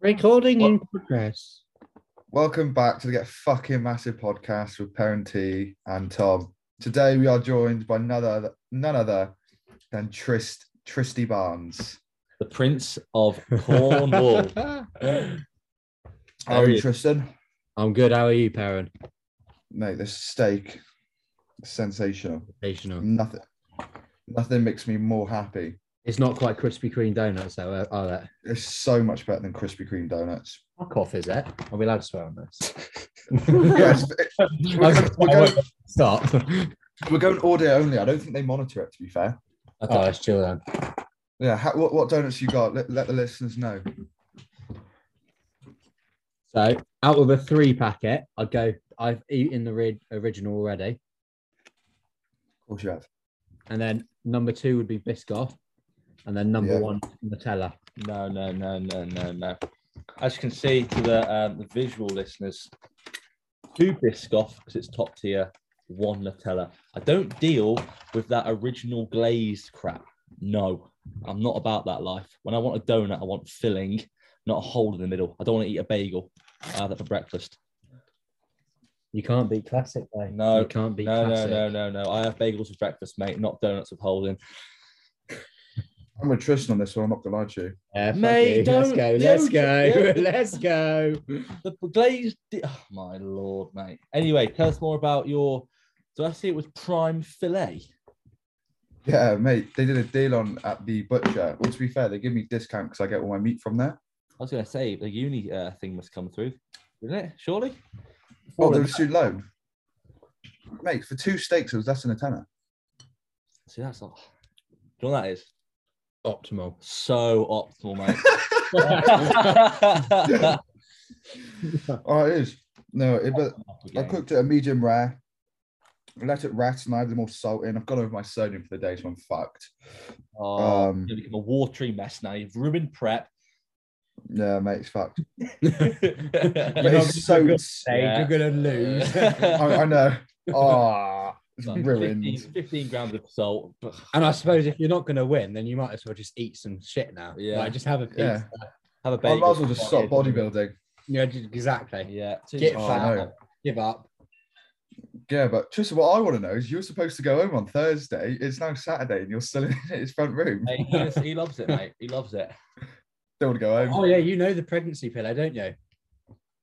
Recording in progress. Welcome back to the Get Fucking Massive podcast with Parenti and Tom. Today we are joined by none other, none other than Trist Tristy Barnes. The Prince of Cornwall. How How are are you, you? Tristan? I'm good. How are you, Perrin? Mate, this steak is sensational. Sensational. Nothing, nothing makes me more happy. It's not quite Krispy Kreme donuts, though, are- are they? It's so much better than Krispy Kreme donuts. Fuck off, is it? Are we allowed to swear on this? yes, it- we're, going, we're, going, Stop. we're going audio only. I don't think they monitor it. To be fair, Okay, let's chill then. yeah. How, what, what donuts you got? Let, let the listeners know. So, out of a three packet, I'd go, I've eaten the ri- original already. Of course, you have. And then number two would be Biscoff. And then number Yeah. one, Nutella. No, no, no, no, no, no. As you can see to the, um, the visual listeners, two Biscoff because it's top tier, one Nutella. I don't deal with that original glazed crap. No, I'm not about that life. When I want a donut, I want filling, not a hole in the middle. I don't want to eat a bagel. I have that for breakfast. You can't beat classic, though. No, you can't beat No, no, classic. no, no, no. I have bagels for breakfast, mate, not donuts with holding. I'm with Tristan on this one. I'm not gonna lie to you. Yeah, fuck Mate, you. let's don't- go. Let's don't- go. yeah. Let's go. The glazed. Di- oh, my lord, mate. Anyway, tell us more about your. Did I see it was prime fillet? Yeah, mate, they did a deal on at the butcher. Well, to be fair, they give me discount because I get all my meat from there. I was going to say the uni uh, thing must come through, didn't it? Surely. Oh, Before there it- was student loan. Mate, for two steaks, it was less than a tenner. See, that's not. Do you know what that is? Optimal. So optimal, mate. Oh, it is. No, it, but I Okay. cooked it a medium rare. Let it rest, and I have them all salty. And I've gone over my sodium for the day, so I'm fucked. Oh, Um, you become a watery mess now. You've ruined prep. yeah, mate, it's fucked. But You're not it's so. gonna Hey, you're gonna I, I know. Ah, it's Like ruined. 15, 15 grams of salt. Ugh. and I suppose if you're not gonna win, then you might as well just eat some shit now. Yeah. Like, just have a pizza. Yeah. Have a I bagel. might as well just stop bodybuilding. Yeah, j- exactly. Yeah. Get Oh, fat. no. Give up. Yeah, but Tristan, what I want to know is you were supposed to go home on Thursday. It's now Saturday, and you're still in his front room. Hey, he, is- he loves it, mate. He loves it. Don't want to go home. Oh yeah, you know the pregnancy pillow, don't you?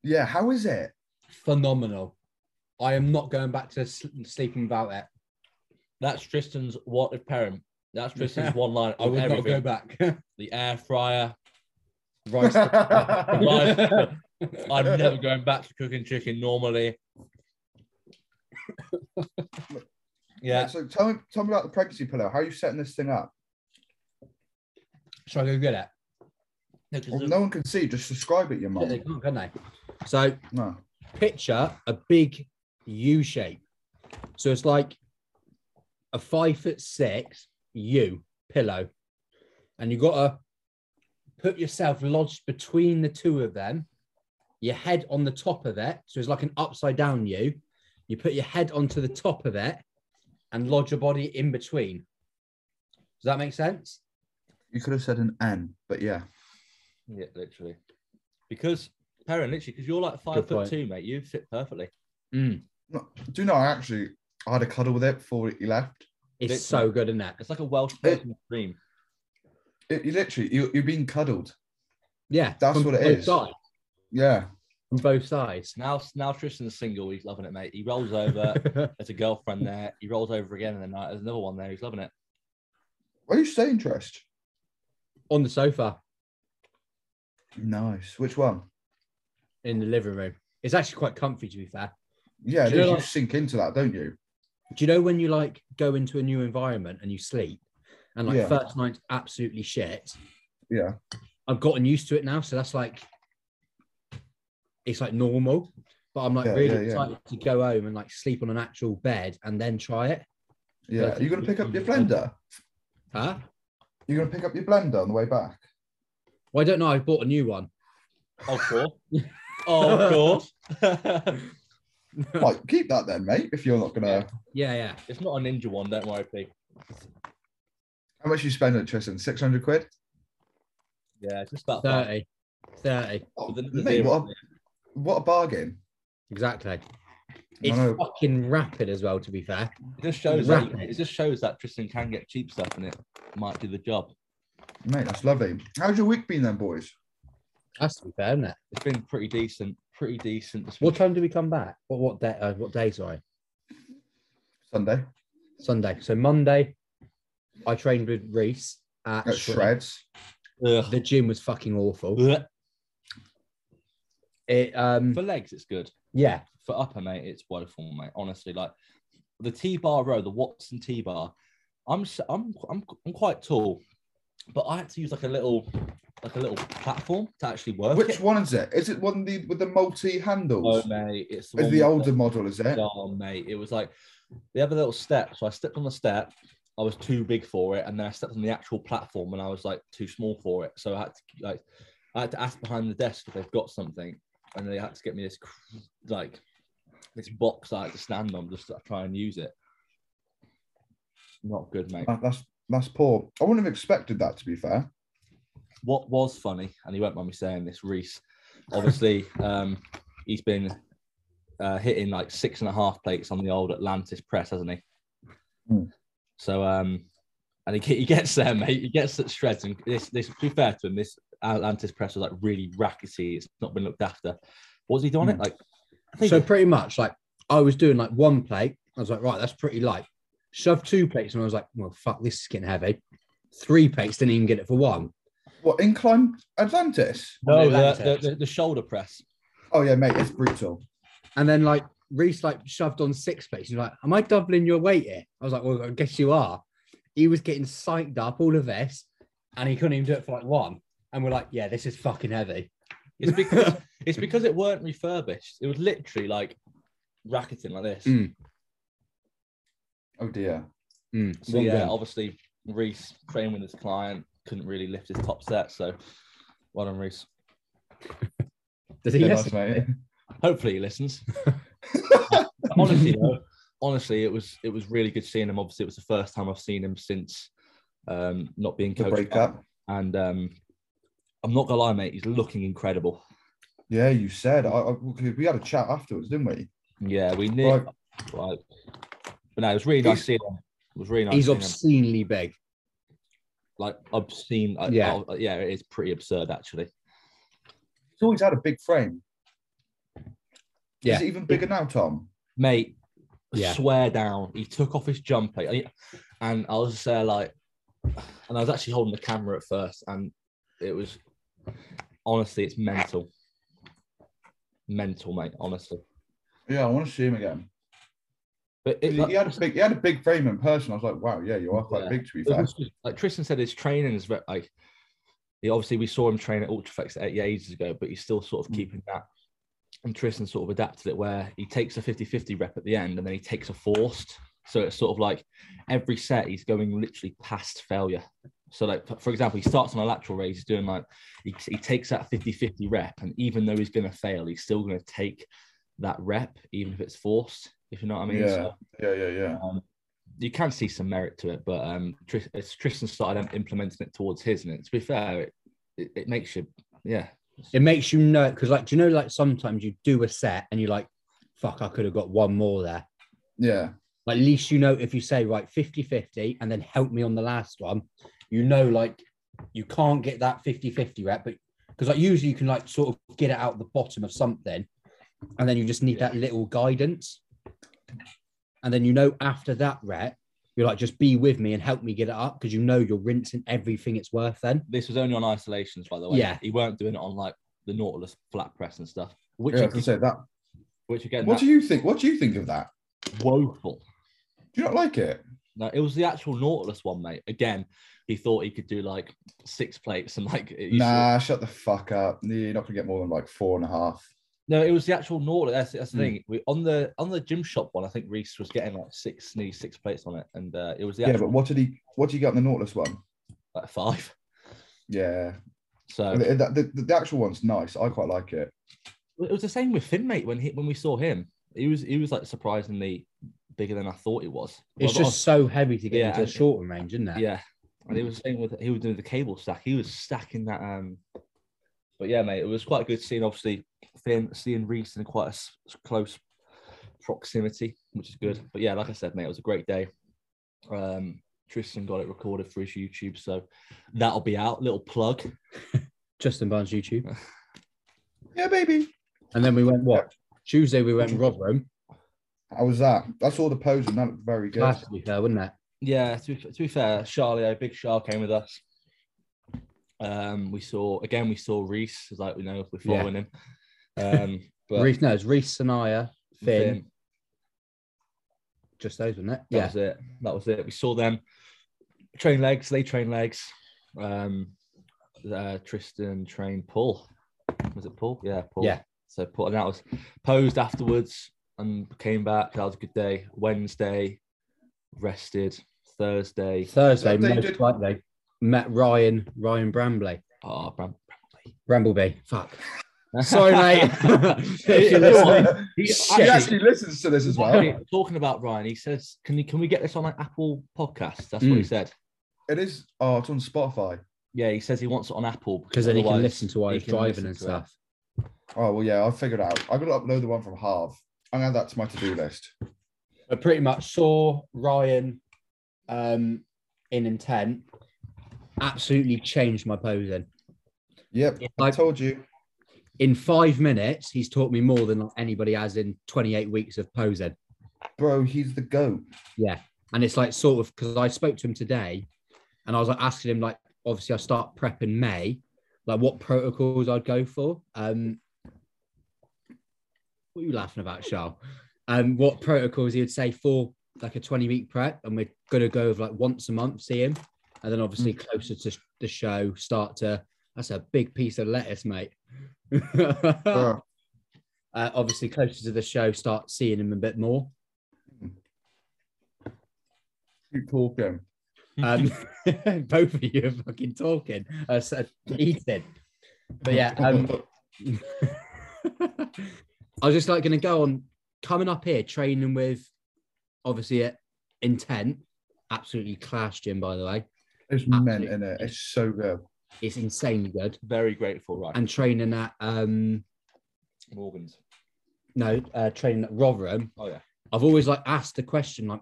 Yeah, how is it? Phenomenal. I am not going back to s- sleeping without it. That's Tristan's what if parent. That's Tristan's Yeah. one line. I would not go everything. back. The air fryer. Rice. Rice. I'm never going back to cooking chicken normally. yeah, So tell me, tell me about the pregnancy pillow. How are you setting this thing up? Shall I go get it? no, 'cause Well, the- no one can see. Just describe it, your Yeah, they mum. can't, can they? So No. picture a big U shape. So it's like a five foot six U pillow. And you got to put yourself lodged between the two of them, your head on the top of it. So it's like an upside down U. You put your head onto the top of it and lodge your body in between. Does that make sense? You could have said an N, but yeah. yeah, literally. Because Perrin, literally, because you're like five Good foot point. two, mate. You fit perfectly. Mm. No, do you know, I actually I had a cuddle with it before you left. It's Bit- so good, isn't it? It's like a Welsh Eh. person's dream. It, you literally, you, you're being cuddled. Yeah. That's from what it both is. Sides, Yeah. from both sides. Now, now Tristan's single. He's loving it, mate. He rolls over. There's a girlfriend there. He rolls over again in the night. There's another one there. He's loving it. Where are you staying, Trist? on the sofa. Nice. Which one? in the living room. It's actually quite comfy, to be fair. Yeah, Do you, you know, you like- sink into that, don't you? Do you know when you like go into a new environment and you sleep, and like Yeah. first night's absolutely shit? Yeah. I've gotten used to it now, so that's like it's like normal. But I'm like Yeah, really yeah, yeah. excited to go home and like sleep on an actual bed and then try it. Yeah. Are you gonna pick up your blender? Huh? You're gonna pick up your blender on the way back. Well, I don't know. I bought a new one. Of course. of course. Like, keep that then, mate. If you're not gonna, Yeah, yeah. it's not a ninja one. Don't worry, P. how much you spend on it, Tristan? Six hundred quid. Yeah, it's just about Thirty. 30. Oh, With another mate, zero what on a, there. what a bargain. Exactly. It's know. fucking rapid as well, to be fair. It just shows that Rapid. it just shows that Tristan can get cheap stuff and it might do the job. Mate, that's lovely. How's your week been then, boys? That's to be fair, isn't it? It's been pretty decent, pretty decent. It's been- What time do we come back? What what day? Uh, what day? Sorry, Sunday Sunday. So Monday, I trained with Reese at, at Shred. Shreds. Ugh. The gym was fucking awful. Ugh. It um For legs, it's good. yeah For upper, mate, it's woeful, mate. Honestly, like the T bar row, the Watson T bar. I'm s- I'm I'm I'm quite tall, but I had to use like a little like a little platform to actually work Which it. one is it? Is it one the, with the multi handles? Oh, mate, it's is one the with older model, is it? Oh, mate, it was like they have a little step. So I stepped on the step. I was too big for it, and then I stepped on the actual platform, and I was like too small for it. So I had to like, I had to ask behind the desk if they've got something, and they had to get me this cr- like this box I had to stand on just to try and use it. Not good, mate. That- Ah, That's that's poor. I wouldn't have expected that to be fair. What was funny, and he won't mind me saying this, Reese. Obviously, um, he's been uh, hitting like six and a half plates on the old Atlantis press, hasn't he? Hmm. So, um, and he, ge- he gets there, mate. He gets at shreds, and this, this to be fair to him, this Atlantis press was like really rackety. It's not been looked after. What was he doing? It like, I think So pretty much, like I was doing like one plate. I was like, right, that's pretty light. Shoved two plates, and I was like, well, fuck, this is getting heavy. Three plates didn't even get it for one. What incline Atlantis? no, Atlantis. the, the, the, the shoulder press. Oh yeah, mate, it's brutal. And then like Reese like shoved on six plates. He's like, am I doubling your weight here? I was like, well, I guess you are. He was getting psyched up, all of this, and he couldn't even do it for like one. And we're like, yeah, this is fucking heavy. It's because it's because it weren't refurbished. It was literally like racketing like this. Mm. Oh dear. Mm, So well yeah, done. obviously Reese trained with his client, couldn't really lift his top set. So well done, Reese. Does he Yeah, listen? nice, mate. Hopefully he listens. honestly, though, honestly, it was it was really good seeing him. Obviously, it was the first time I've seen him since um, not being The coached. break by- up. And um, I'm not gonna lie, mate, he's looking incredible. Yeah, you said. I, I, we had a chat afterwards, didn't we? Yeah, we knew. Right. Right. But no, it was really nice seeing him. It was really nice. He's seeing him. obscenely big. like obscene. Like, Yeah. yeah, yeah, it is pretty absurd actually. He's always had a big frame. Yeah. Is it even bigger now, Tom? mate. Yeah. Swear down. He took off his jumper, and- and I was there like, and I was actually holding the camera at first, and it was honestly, it's mental, mental, mate. Honestly, Yeah, I want to see him again. but He, it, like, he had a big, he had a big frame in person. I was like, wow, yeah, you are quite Yeah. big to be it fair. was just- like Tristan said, his training is ve- like. He, obviously, we saw him train at Ultraflex eight ages ago, but he's still sort of Mm. keeping that. And Tristan sort of adapted it where he takes a 50 50 rep at the end and then he takes a forced. So it's sort of like every set he's going literally past failure. So, like, for- for example, he starts on a lateral raise, he's doing like, he, he takes that 50 50 rep. And even though he's going to fail, he's still going to take that rep, even if it's forced, if you know what I mean. Yeah. So- Yeah, yeah, yeah. um, you can see some merit to it, but um, Tris- as Tristan started im- implementing it towards his, and it, to be fair, it, it, it makes you, yeah, It makes you know because like do you know like sometimes you do a set and you're like, fuck, I could have got one more there. Yeah. Like, at least you know if you say right 50 50 and then help me on the last one, you know, like you can't get that 50 50 rep, but because like usually you can like sort of get it out the bottom of something and then you just need that little guidance. And then you know after that rep, you're like, just be with me and help me get it up because you know you're rinsing everything it's worth then. this was only on isolations, by the way. Yeah. he weren't doing it on like the Nautilus flat press and stuff, which yeah, I again, can say that. which again, What that's do you think? What do you think of that? woeful. Do you not like it? No, it was the actual Nautilus one, mate. Again, he thought he could do like six plates and like it- you saw- Nah, shut the fuck up. You're not gonna get more than like four and a half. No, it was the actual Nautilus. That's, that's Hmm. the thing. We, on the on the gym shop one, I think Reese was getting like six, nearly six plates on it, and uh, it was the Yeah, actual but what did he? What did he get in the Nautilus one? like five. Yeah, So the, the, the- the actual one's nice. I quite like it. Well, it was the same with Finn, mate. When he when we saw him, he was he was like surprisingly bigger than I thought he was. It's Well, just so heavy to get Yeah, into a and- shorter range, isn't it? yeah, and he was the same with he was doing the cable stack. He was stacking that um But yeah, mate, it was quite good seeing obviously Finn, seeing Reese in quite a s- close proximity, which is good. But yeah, like I said, mate, it was a great day. Um, Tristan got it recorded for his YouTube, so that'll be out. Little plug. Justin Barnes YouTube. Yeah, baby. And then we went what? Tuesday we went Rotherham. How was that? I saw the posing. That looked very good. Class to be fair, wasn't it? Yeah, to be, to be fair, Charlie, a big Char came with us. Um, we saw again, we saw Reese, like we know if we're Yeah. following him. Um, but Reese, no, it's Reese, Sanaya, Finn, Finn, just those, wasn't it? That Yeah. was it. That was it. We saw them train legs. They train legs. Um, uh, Tristan trained Paul. Was it Paul? Yeah, Paul. Yeah. So Paul, and that was posed afterwards and came back. That was a good day. Wednesday, rested. Thursday. Thursday, They most did- likely, met Ryan, Ryan Brambley. Oh, Bram. Brambleby. Fuck. Sorry, mate. If you're You know listening. what? he He actually listens to this as well. Actually, Talking about Ryan, he says, "Can you can we get this on an Apple podcast?" That's what he Mm. said. It is. Oh, it's on Spotify. Yeah, he says he wants it on Apple Because then he can otherwise listen to while he he's can driving listen and to it. stuff. Oh well, yeah. I figured out. I got to upload the one from Harv. I'm gonna add that to my to-do list. But pretty much saw Ryan um, in intent. Absolutely changed my posing. Yep. I Like told you. in five minutes, he's taught me more than anybody has in 28 weeks of posing. bro, he's the goat. And it's like sort of because I spoke to him today and I was like asking him, like, obviously, I start prep in May, like what protocols I'd go for. Um, what are you laughing about, Charles? Um, what protocols he would say for like a 20 week prep. And we're going to go with like once a month, see him. And then obviously closer to sh- the show, start to that's a big piece of lettuce, mate. uh, Bro, obviously, closer to the show, start seeing him a bit more. keep talking. Um, both of you are fucking talking, uh, s- uh, eating. But yeah, um, I was just like going to go on coming up here training with, obviously at intent, absolutely class gym by the way. It's meant in it. It's so good. It's insanely good. Very grateful, Ryan. And training at um Morgan's. no uh, training at Rotherham. Oh yeah. I've always like asked the question like,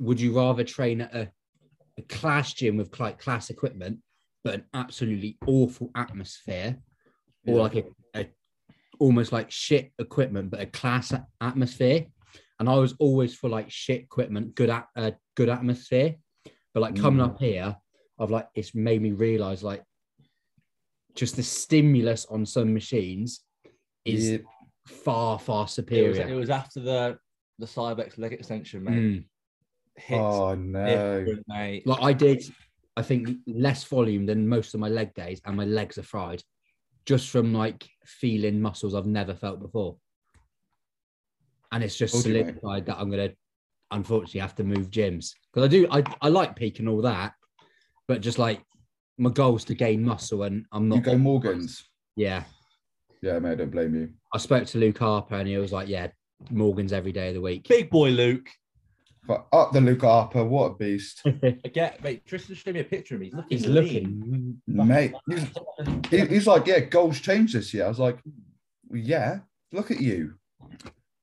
would you rather train at a, a class gym with like class equipment, but an absolutely awful atmosphere, or Yeah. like a, a almost like shit equipment but a class a- atmosphere and i was always for like shit equipment good at uh, good atmosphere but like coming up here i've like it's made me realize like just the stimulus on some machines is Yeah. far far It was, it superior was after the the Cybex leg extension, mate. Mm. Hit Oh no. different, mate. like i did i think less volume than most of my leg days and my legs are fried just from like feeling muscles i've never felt before and it's just Told you, mate. solidified that i'm gonna unfortunately have to move gyms because i do I, I like peak and all that but just like my goal is to gain muscle and i'm You not go Morgan's. yeah Yeah, mate, don't blame you. i spoke to luke harper and he was like yeah morgan's every day of the week Big boy Luke. But up the Luke Harper, what a beast. I get, mate. Tristan showed me a picture of him. He's looking. he's lean. looking mate, he's, he- he's like, yeah, goals changed this year. I was like, yeah, look at you.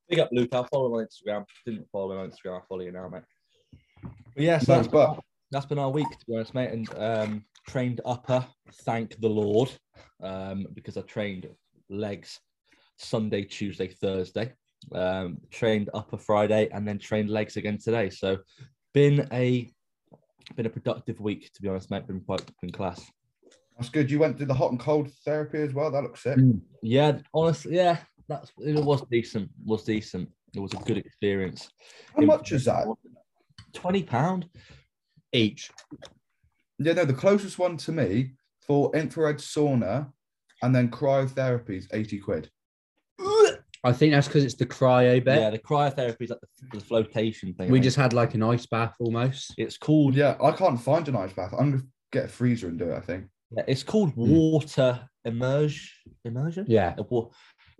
Big up Luke. I'll follow him on Instagram. Didn't follow him on Instagram. I'll follow you now, mate. But yeah, so Thanks, that's, but that's been our week, to be honest, mate. And um, trained upper, thank the Lord, um, because I trained legs Sunday, Tuesday, Thursday, um, trained upper Friday, and then trained legs again today. So, been a been a productive week, to be honest, mate. Been quite in class. that's good. You went to the hot and cold therapy as well. That looks sick. Yeah, honestly, yeah, that's it was decent. Was decent. It was a good experience. Mm-hmm. How much is that? Twenty pound. each Yeah, no, the closest one to me for infrared sauna and then cryotherapy is 80 quid. i think that's because it's the cryo bit Yeah, the cryotherapy is like the, the flotation thing. I we think. just had like an ice bath almost it's called Yeah, I can't find an ice bath. I'm going to get a freezer and do it, I think. Yeah, it's called Hmm. water immersion. Immersion. yeah Uh, wa-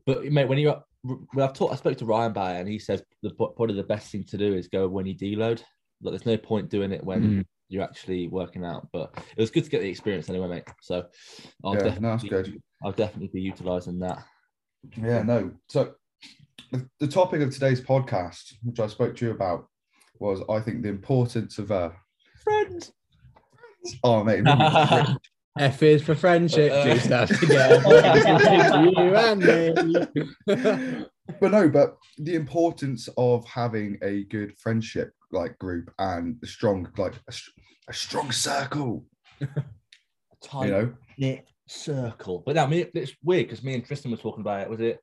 But mate, when you're up, when I've talked, I spoke to Ryan about Hmm. Um, it, and he says the probably the best thing to do is go when you deload. Like, there's no point doing it when you're actually working out. But it was good to get the experience anyway, mate. So I'll Yeah, definitely no, that's be- good. I'll definitely be utilizing that. Yeah, no. So the, the topic of today's podcast, which I spoke to you about, was I think the importance of uh Friends. oh mate, it made me cringe. F is for friendship. Uh, Two stands together. you and me. but no, but the importance of having a good friendship like group and a strong like a, str- a strong circle, you know. knit circle. But no, I mean, it- it's weird because me and Tristan were talking about it. Was it? it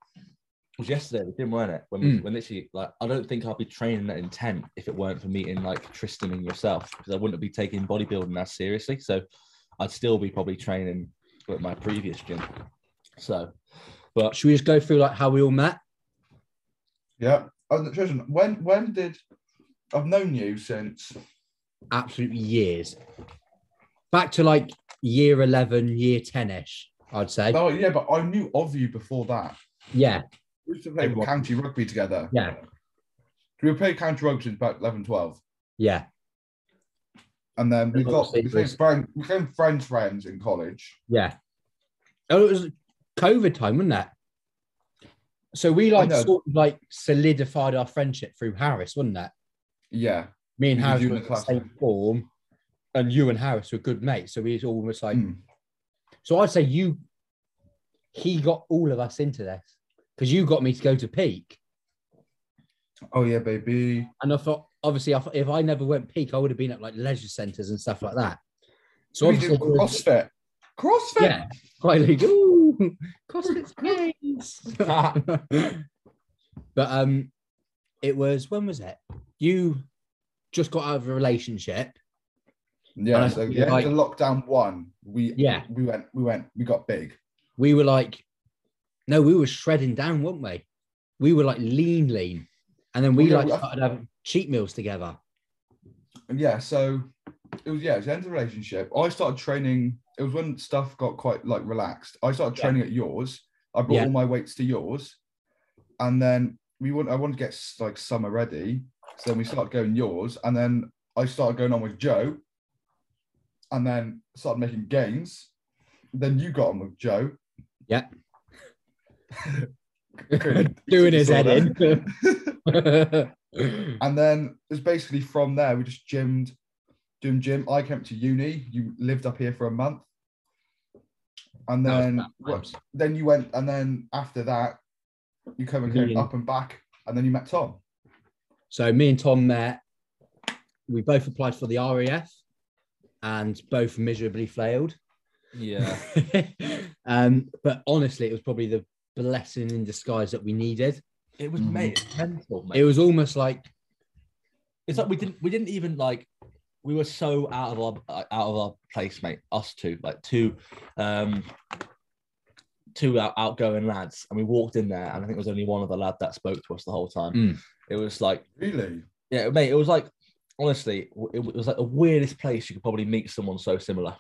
was yesterday we didn't weren't it when we, Mm. when literally like I don't think I'd be training that intent if it weren't for meeting like Tristan and yourself because I wouldn't be taking bodybuilding as seriously so I'd still be probably training at my previous gym so but Should we just go through like how we all met? Yeah. And Tristan, when when did I've known you since Absolute years. Back to like year 11, year 10 ish, I'd say. Oh yeah, but I knew of you before that. Yeah, We used to play Everyone- county rugby together. yeah, We played county rugby since about 11, 12. yeah, And then we Everyone got we became, favorites. friend, we became friends friends in college. yeah. Oh, it was COVID time, wasn't it? So we like know. sort of like solidified our friendship through Harris, wasn't that? Yeah. Me and You were Harris doing were the in the class same then. form, and you and Harris were good mates. So we was almost like, Mm. so I'd say you, he got all of us into this because you got me to go to peak. Oh yeah, baby. And I thought, obviously, I thought if I never went peak, I would have been at like leisure centres and stuff like that. So we obviously, did CrossFit. CrossFit. yeah, quite like, ooh, CrossFit's great. but um, it was when was it? You just got out of a relationship. And Yeah, I so think, yeah, like- the lockdown one, we Yeah, we went we went we got big. we were like, no, we were shredding down, weren't we? We were like lean, lean, and then we Well, yeah, like we- started having cheat meals together. And yeah, so it was yeah, it was the end of the relationship. I started training. It was when stuff got quite like relaxed. I started Yeah. training at yours. I brought Yeah. all my weights to yours, and then we want I wanted to get s- like summer ready. So then we started going yours, and then I started going on with Joe, and then started making gains. Then you got on with Joe. Yeah. Good. Doing his Saw head that. in. And then it's basically from there, we just gymmed, doing gym. I came to uni, you lived up here for a month. And That was then bad what, times. then you went, and then after that, you come and came Reunion. up and back, and then you met Tom. So me and Tom met. We both applied for the RAF, and both miserably failed. yeah um, but honestly, it was probably the blessing in disguise that we needed. it was Mhm. mate it's mental mate. It was almost like it's like we didn't we didn't even like we were so out of our uh, out of our place mate us two like two um two out, outgoing lads and we walked in there and i think there was only one other lad that spoke to us the whole time Mm. it was like Really? yeah mate it was like honestly w- it was like the weirdest place you could probably meet someone so similar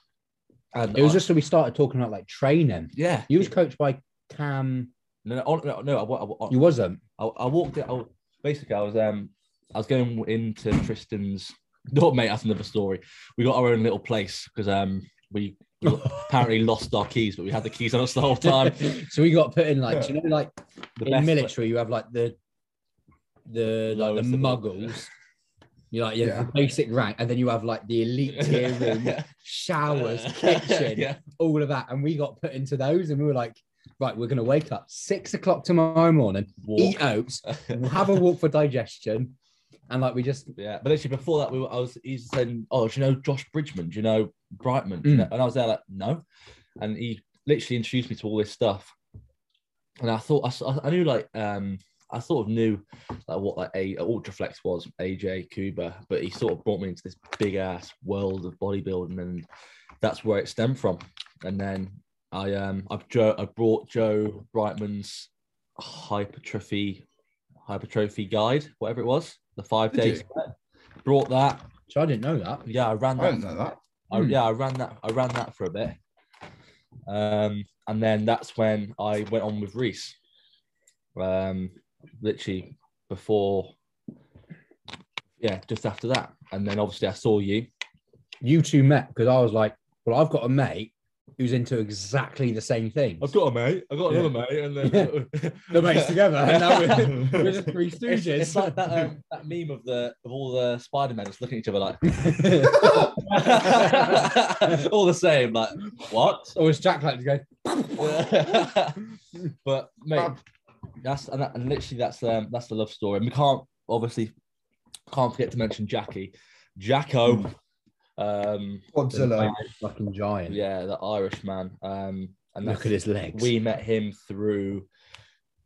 and it was I- just so we started talking about like training. yeah You was coached by Cam. no no, on- no, no I, wa- I, You wasn't. I, I walked it. I, basically, I was um, I was going into Tristan's. No, mate, that's another story. We got our own little place because um, we, we apparently lost our keys, but we had the keys on us the whole time. so we got put in like do you know like The in military you have like the the like Lowest the of the- muggles. You like you have Yeah. the basic rank, and then you have like the elite tier room, showers, kitchen, Yeah. all of that. And we got put into those, and we were like, right, we're gonna wake up six o'clock tomorrow morning, Walk. eat oats, we'll have a walk for digestion, and like we just Yeah, but actually before that, we were, I was he was saying, "Oh, do you know Josh Bridgman? Do you know Brightman?" Do you Mm. know- And I was there like, "No," and he literally introduced me to all this stuff. And I thought I s- I, knew like um I sort of knew like what like a uh, Ultraflex was AJ Kuba, but he sort of brought me into this big ass world of bodybuilding, and that's where it stemmed from. And then I um I've Joe I brought Joe Brightman's hypertrophy hypertrophy guide, whatever it was, the five Did days. you? Brought that. so I didn't know that. Yeah, I ran I that. didn't know that. I, Hmm. Yeah, I ran that. I ran that for a bit. Um, and then that's when I went on with Reese. Um, literally before, yeah, just after that. And then obviously I saw you, you two met because I was like, well, I've got a mate who's into exactly the same thing. I've got a mate. I've got Yeah. another mate, and then The mates together, and now we're, we're the three It's, stooges. it's like that, um, that meme of the of all the Spider Men just looking at each other like all the same, like what? or as Jack like to go, but mate, that's and, that, and literally that's um that's the love story. And we can't obviously can't forget to mention Jackie, Hmm. Jacko, um Godzilla. fucking giant. yeah, the Irish man. Um, and Look that's at his legs. we met him through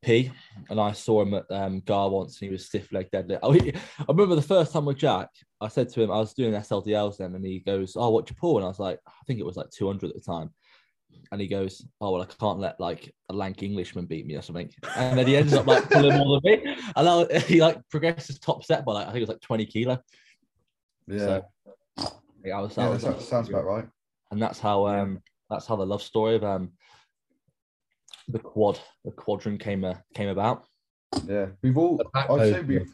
P, and I saw him at um, Gar once, and he was stiff leg deadlift. Oh, I, I remember the first time with Jack, I said to him, I was doing SLDLs then, and he goes, "Oh, what you pull?" And I was like, I think it was like 200 at the time, and he goes, "Oh well, I can't let like a lank Englishman beat me or something." And then he ends up like pulling more than me, and I, he like progressed his top set by like I think it was like 20 kilo. Yeah, So, yeah, I was, I yeah was that sounds, sounds about right. and that's how um that's how the love story of um the quad the quadrant came uh, came about Yeah, we've all. The back I'd say post. we've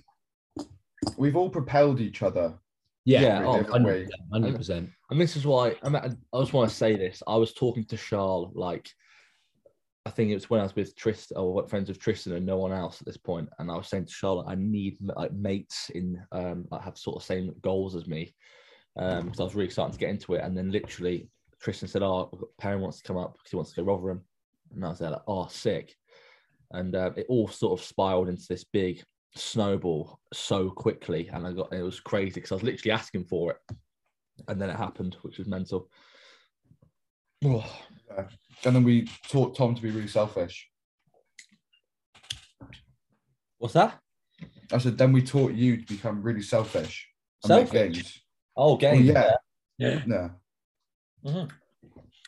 we've all propelled each other. yeah, yeah, in a oh, different way. hundred percent. and this is why I, mean, I I just want to say this i was talking to charles like i think it was when i was with tristan or what friends with tristan and no one else at this point and i was saying to charlotte i need like mates in um that have sort of same goals as me um because i was really starting to get into it and then literally tristan said oh perrin wants to come up because he wants to go rotherham and i was there like oh sick and uh, it all sort of spiraled into this big snowball so quickly and i got it was crazy because i was literally asking for it and then it happened which was mental Oh, And then we taught Tom to be really selfish. what's that I said, then we taught you to become really selfish. and make selfish gains. oh Well, game yeah. Yeah. No.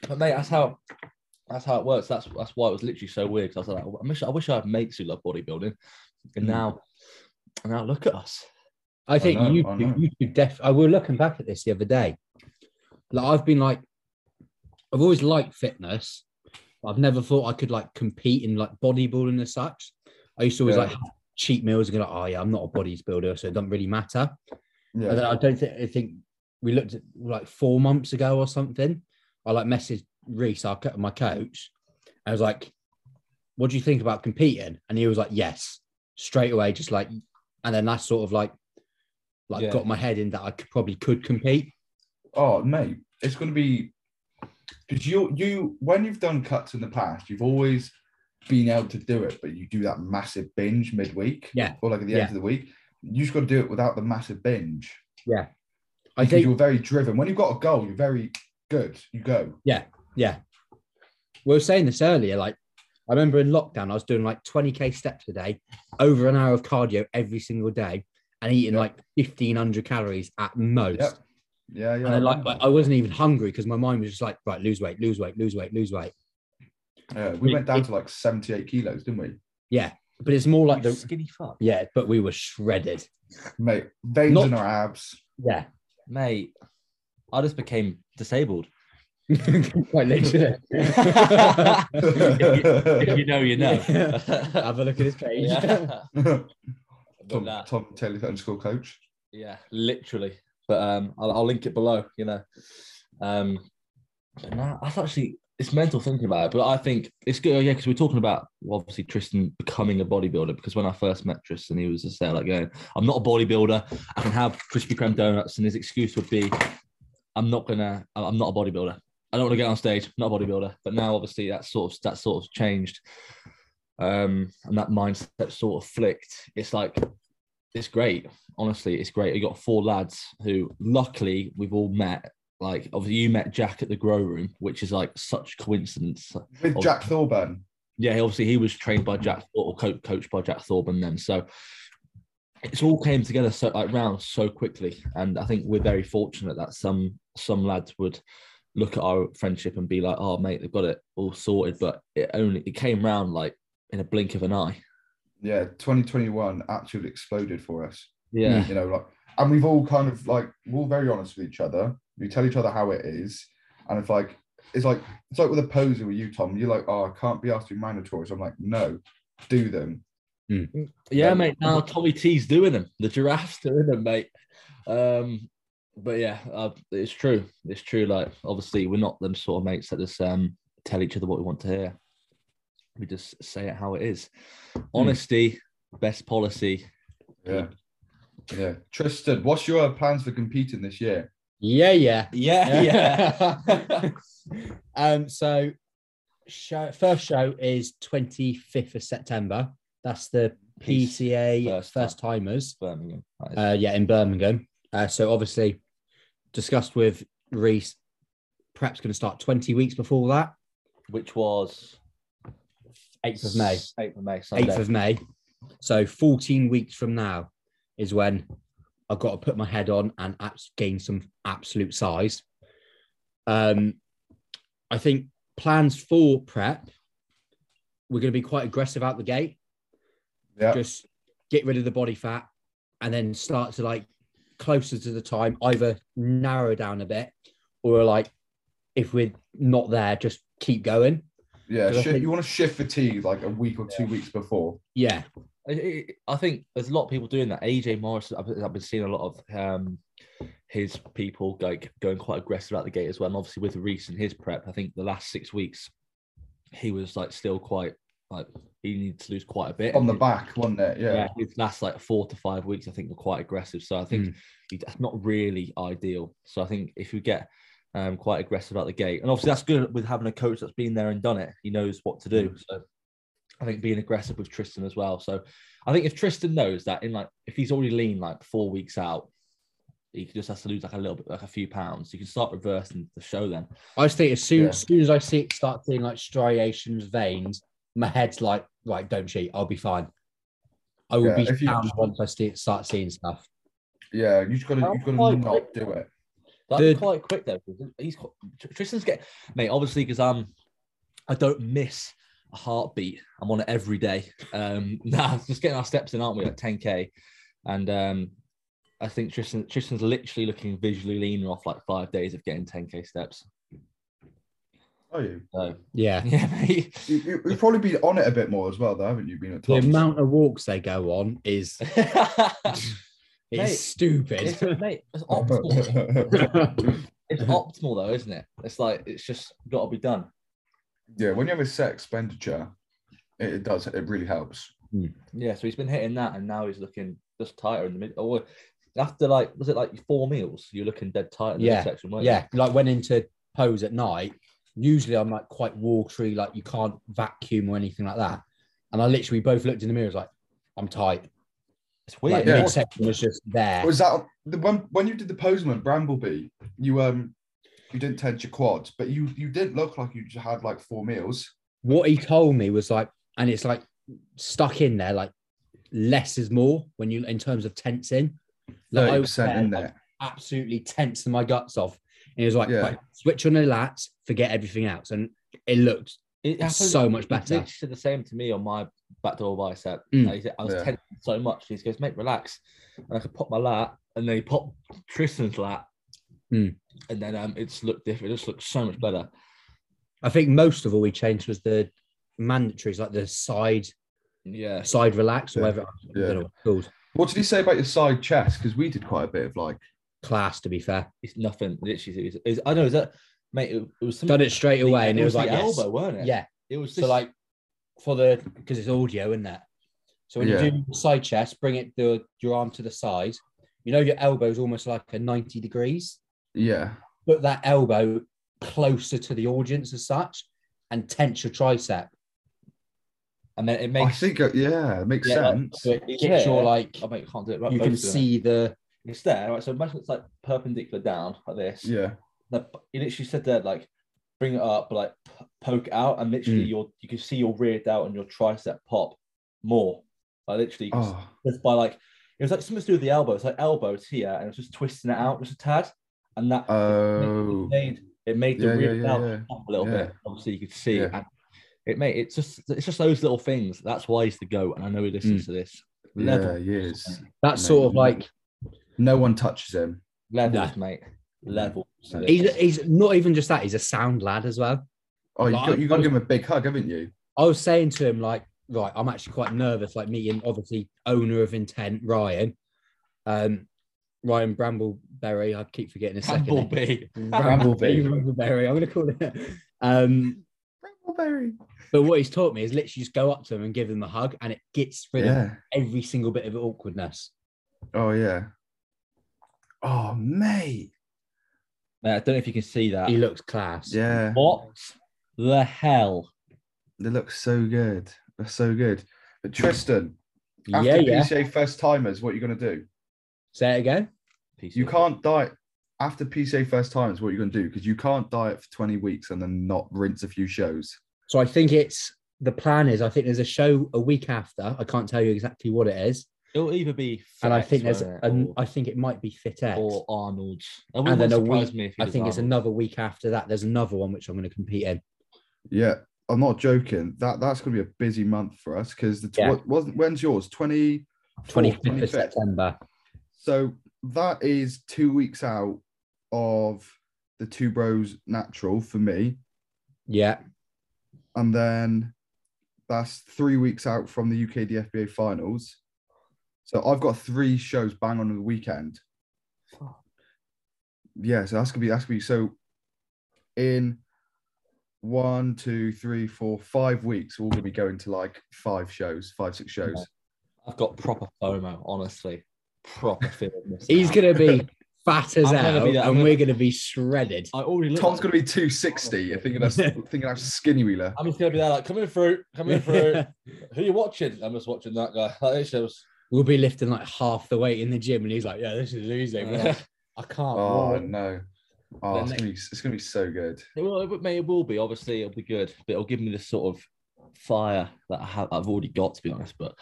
but mate that's how that's how it works that's that's why it was literally so weird 'cause i was like i wish i wish i had mates who love bodybuilding and Mm. now and now look at us I think know, you, I two, know. you two def. I were looking back at this the other day. Like I've been like, I've always liked fitness. But I've never thought I could like compete in like bodybuilding as such. I used to always Yeah. like have cheat meals and go like, oh yeah, I'm not a bodybuilder, so it doesn't really matter. Yeah. And then I don't think I think we looked at like four months ago or something. I like messaged Reese, our co- my coach, and I was like, "What do you think about competing?" And he was like, "Yes," straight away, just like, and then that sort of like, like Yeah. got my head in that I could, probably could compete. Oh, mate, it's going to be because you you when you've done cuts in the past, you've always been able to do it, but you do that massive binge midweek, Yeah. or like at the Yeah. end of the week. You just got to do it without the massive binge. I Because you're think, very driven. When you've got a goal, you're very good. You go. yeah, we were saying this earlier. Like, I remember in lockdown, I was doing like 20k steps a day, over an hour of cardio every single day, and eating Yeah. like 1500 calories at most. Yep. Yeah, yeah. And then, like, I I wasn't even hungry because my mind was just like, right, lose weight, lose weight, lose weight, lose weight. yeah, we went down to like 78 kilos, didn't we? Yeah. But it's more like You the, skinny fuck yeah, but we were shredded. Mate, veins Not- in our abs. Yeah. mate i just became disabled Quite literally. if, you, if you know you know Have a look at his page. yeah. Tom, But nah. Tom Taylor underscore coach. Yeah, literally. But um, I'll, I'll link it below. You know, um, but nah, that's actually it's mental thinking about it. But I think it's good. Yeah, because we're talking about well, obviously Tristan becoming a bodybuilder. Because when I first met Tristan, he was just there like going, "I'm not a bodybuilder. I can have Krispy Kreme donuts." And his excuse would be, "I'm not gonna. I- I'm not a bodybuilder. I don't want to get on stage. Not a bodybuilder." But now, obviously, that sort of that sort of changed. Um, and that mindset sort of flicked. It's like it's great honestly, it's great. We got four lads who, luckily, we've all met. Like, obviously, you met Jack at the grow room, which is like such coincidence. With Oh. Jack Thorburn. Yeah, obviously, he was trained by Jack Thor- or co- coached by Jack Thorburn then. So it's all came together so like round so quickly, and I think we're very fortunate that some some lads would look at our friendship and be like, "Oh, mate, they've got it all sorted," but it only it came round like in a blink of an eye. Yeah, 2021 absolutely exploded for us. Yeah, You know, like, and we've all kind of like, we're all very honest with each other. We tell each other how it is. And it's like, it's like, it's like with a poser with you, Tom. You're like, oh, I can't be asked to do mandatories. I'm like, no, do them. Yeah, Um, mate. Now Tommy T's doing them. The giraffes doing them, mate. Um, but yeah, uh, it's true. It's true. Like obviously, we're not them sort of mates that just um, tell each other what we want to hear. We just say it how it is. Honesty, best policy. Yeah. Yeah. Tristan, what's your plans for competing this year? Yeah, yeah. Yeah, um, so show, first show is 25th of September. That's the Peace. PCA First first timers. Birmingham. That is- Uh, yeah, in Birmingham. Uh, so obviously discussed with Reese, perhaps going to start 20 weeks before that, which was 8th of May. Eighth of May. Sunday. 8th of May. So 14 weeks from now is when I've got to put my head on and abs- gain some absolute size. Um, I think plans for prep, we're going to be quite aggressive out the gate. Yeah. Just get rid of the body fat and then start to like closer to the time, either narrow down a bit or like if we're not there, just keep going. yeah. 'cause I shi- think- you want to shift fatigue like a week or two weeks before. Yeah. I- I I think there's a lot of people doing that. AJ Morris, I've, I've been seeing a lot of um, his people like going quite aggressive out the gate as well. And obviously with Reese and his prep, I think the last six weeks he was like still quite like he needed to lose quite a bit On the And back, wasn't it? his- Yeah. Yeah, his last like four to five weeks, I think, were quite aggressive. So I think he- that's not really ideal. So I think if you get um, quite aggressive out the gate, and obviously that's good with having a coach that's been there and done it. He knows what to do. So I think being aggressive with Tristan as well. So I think if Tristan knows that in like if he's already lean like four weeks out, he just has to lose like a little bit, like a few pounds. You can start reversing the show then. I just think as soon Yeah. as soon as I see it start seeing like striations, veins, my head's like, right, don't cheat, I'll be fine. I will Yeah, if be you- down once I see it start seeing stuff. Yeah. You've got to, How you've got high- to not do it. That's Dude. quite quick though. Tristan. He's qu- Tr- Tristan's get mate, obviously because um I don't miss a heartbeat. I'm on it every day. Um nah, just getting our steps in, aren't we? Like 10k. And um I think Tristan Tristan's literally looking visually leaner off like five days of getting 10k steps. Are you? So Yeah. yeah, mate. you, you you've probably been on it a bit more as well, though, haven't you? Been at The top. amount of walks they go on is Mate, is stupid. it's, mate, it's optimal. It's optimal though, isn't it? It's like it's just got to be done. yeah, when you have a set expenditure, it, it does. It really helps. Yeah, so he's been hitting that, and now he's looking just tighter in the mid. Or after like, was it like four meals? You're looking dead tight in the Yeah, section, weren't yeah, like when into pose at night, usually I'm like quite watery, like you can't vacuum or anything like that. And I literally we both looked in the mirror, was like, I'm tight. It's Like weird. yeah. midsection was just there. Was that the when when you did the Poseman Bramblebee? You um, you didn't tense your quads, but you you did look like you just had like four meals. what he told me was like, and it's like stuck in there, like less is more when you in terms of tensing. Like, I Thirty was percent in there, like, there. absolutely tensing my guts off. And he was like, Yeah. right, switch on the lats, forget everything else. And it looked It so much it better. literally said the same to me on my backdoor bicep. Mm. Like, he said, I was Yeah. tensing so much. He goes, "Mate, relax," and I could pop my lat, and then he popped Tristan's lat, Mm. and then um, it's looked different. It just looked so much better. I think most of all we changed was the mandatories, like the side Yeah, side relax or Yeah. whatever I Yeah. don't know what it's called. What did he say about your side chest? Because we did quite a bit of like. Class to be fair. it's nothing. Literally, it was, it was- I know. Is that mate? It, it was Done it straight away and it was, the like yes. elbow, weren't it? yeah. it was So just- like for the because it's audio, isn't it? So when Yeah. you do side chest, bring it the your arm to the side. You know your elbow's almost like a 90 degrees. Yeah. Put that elbow closer to the audience as such and tense your tricep. and then it I makes think uh, yeah, it makes Yeah, like- sense. So it Get here, your like oh, mate, I can't do it. Right, you both can of them. see the it's there, right? So imagine it's like perpendicular down like this. yeah. That it literally said that like bring it up, but like p- poke it out, and literally Mm. your you can see your rear delt and your tricep pop more. Like literally you can see- Oh, just by like it was like something to do with the elbow. It's like elbows here, and it was just twisting it out just a tad, and that Oh. it made it made the Yeah, yeah, rear yeah, delt yeah. pop a little Yeah. bit. Obviously, you could see. Yeah. And, it mate, it's just it's just those little things. That's why he's the goat, and I know he listens to this. Mm. yeah, he is. that sort of Mate. like No one touches him. Levels, mate. Levels. No. he's, he's not even just that, he's a sound lad as well. Oh, you Like, got you got to give him a big hug, haven't you? I was saying to him, like, right, I'm actually quite nervous, like meeting obviously owner of intent, Ryan. Um, Ryan Brambleberry. I keep forgetting his second name. Bumblebee. Brambleby, Brambleberry. I'm going to call it. Um, Brambleberry. but what he's taught me is literally just go up to him and give him a hug, and it gets rid of Yeah. every single bit of awkwardness. Oh yeah. Oh mate. Man, I don't know if you can see that. He looks class. Yeah. What the hell? They look so good. They're so good. But Tristan, after yeah, yeah. PCA first timers, what are you gonna do? Say it again. Piece You of- can't diet after PCA first timers, what are you gonna do? Because you can't diet for 20 weeks and then not rinse a few shows. So I think it's the plan is I think there's a show a week after. I can't tell you exactly what it is, It'll either be. and I Flex, think there's won't it, an, or- I think it might be Fit X. or Arnold's. That And then wouldn't a surprise me if he I does think it's Arnold. another week after that. There's another one which I'm going to compete in. Yeah. I'm not joking. That that's gonna be a busy month for us because the tw- Yeah. what, wasn't when's yours? 20 25th, of 25th. September. So that is two weeks out of the two bros natural for me. Yeah. And then that's three weeks out from the UK DFBA finals. So I've got three shows bang on the weekend. Yeah, so that's gonna be that's gonna be so in one, two, three, four, five weeks, we're gonna be going to like five shows, five, six shows. I've got proper FOMO, honestly. Proper fear of missing He's out. going to be fat as I'm gonna hell, be and that- I'm gonna- we're going to be shredded. I already look. Tom's like- gonna be 260. You're thinking that's thinking how skinny we look. I'm just gonna be there, like coming through, coming through. Who you watching? I'm just watching that guy. Like, it's just- we'll be lifting like half the weight in the gym, and he's like, "Yeah, this is easy." We're like, I can't. Oh walk." no. Oh, it's next- gonna, be, it's gonna be so good. It will, it may, it will be. Obviously, it'll be good, but it'll give me this sort of fire that I have, I've already got, to be honest. But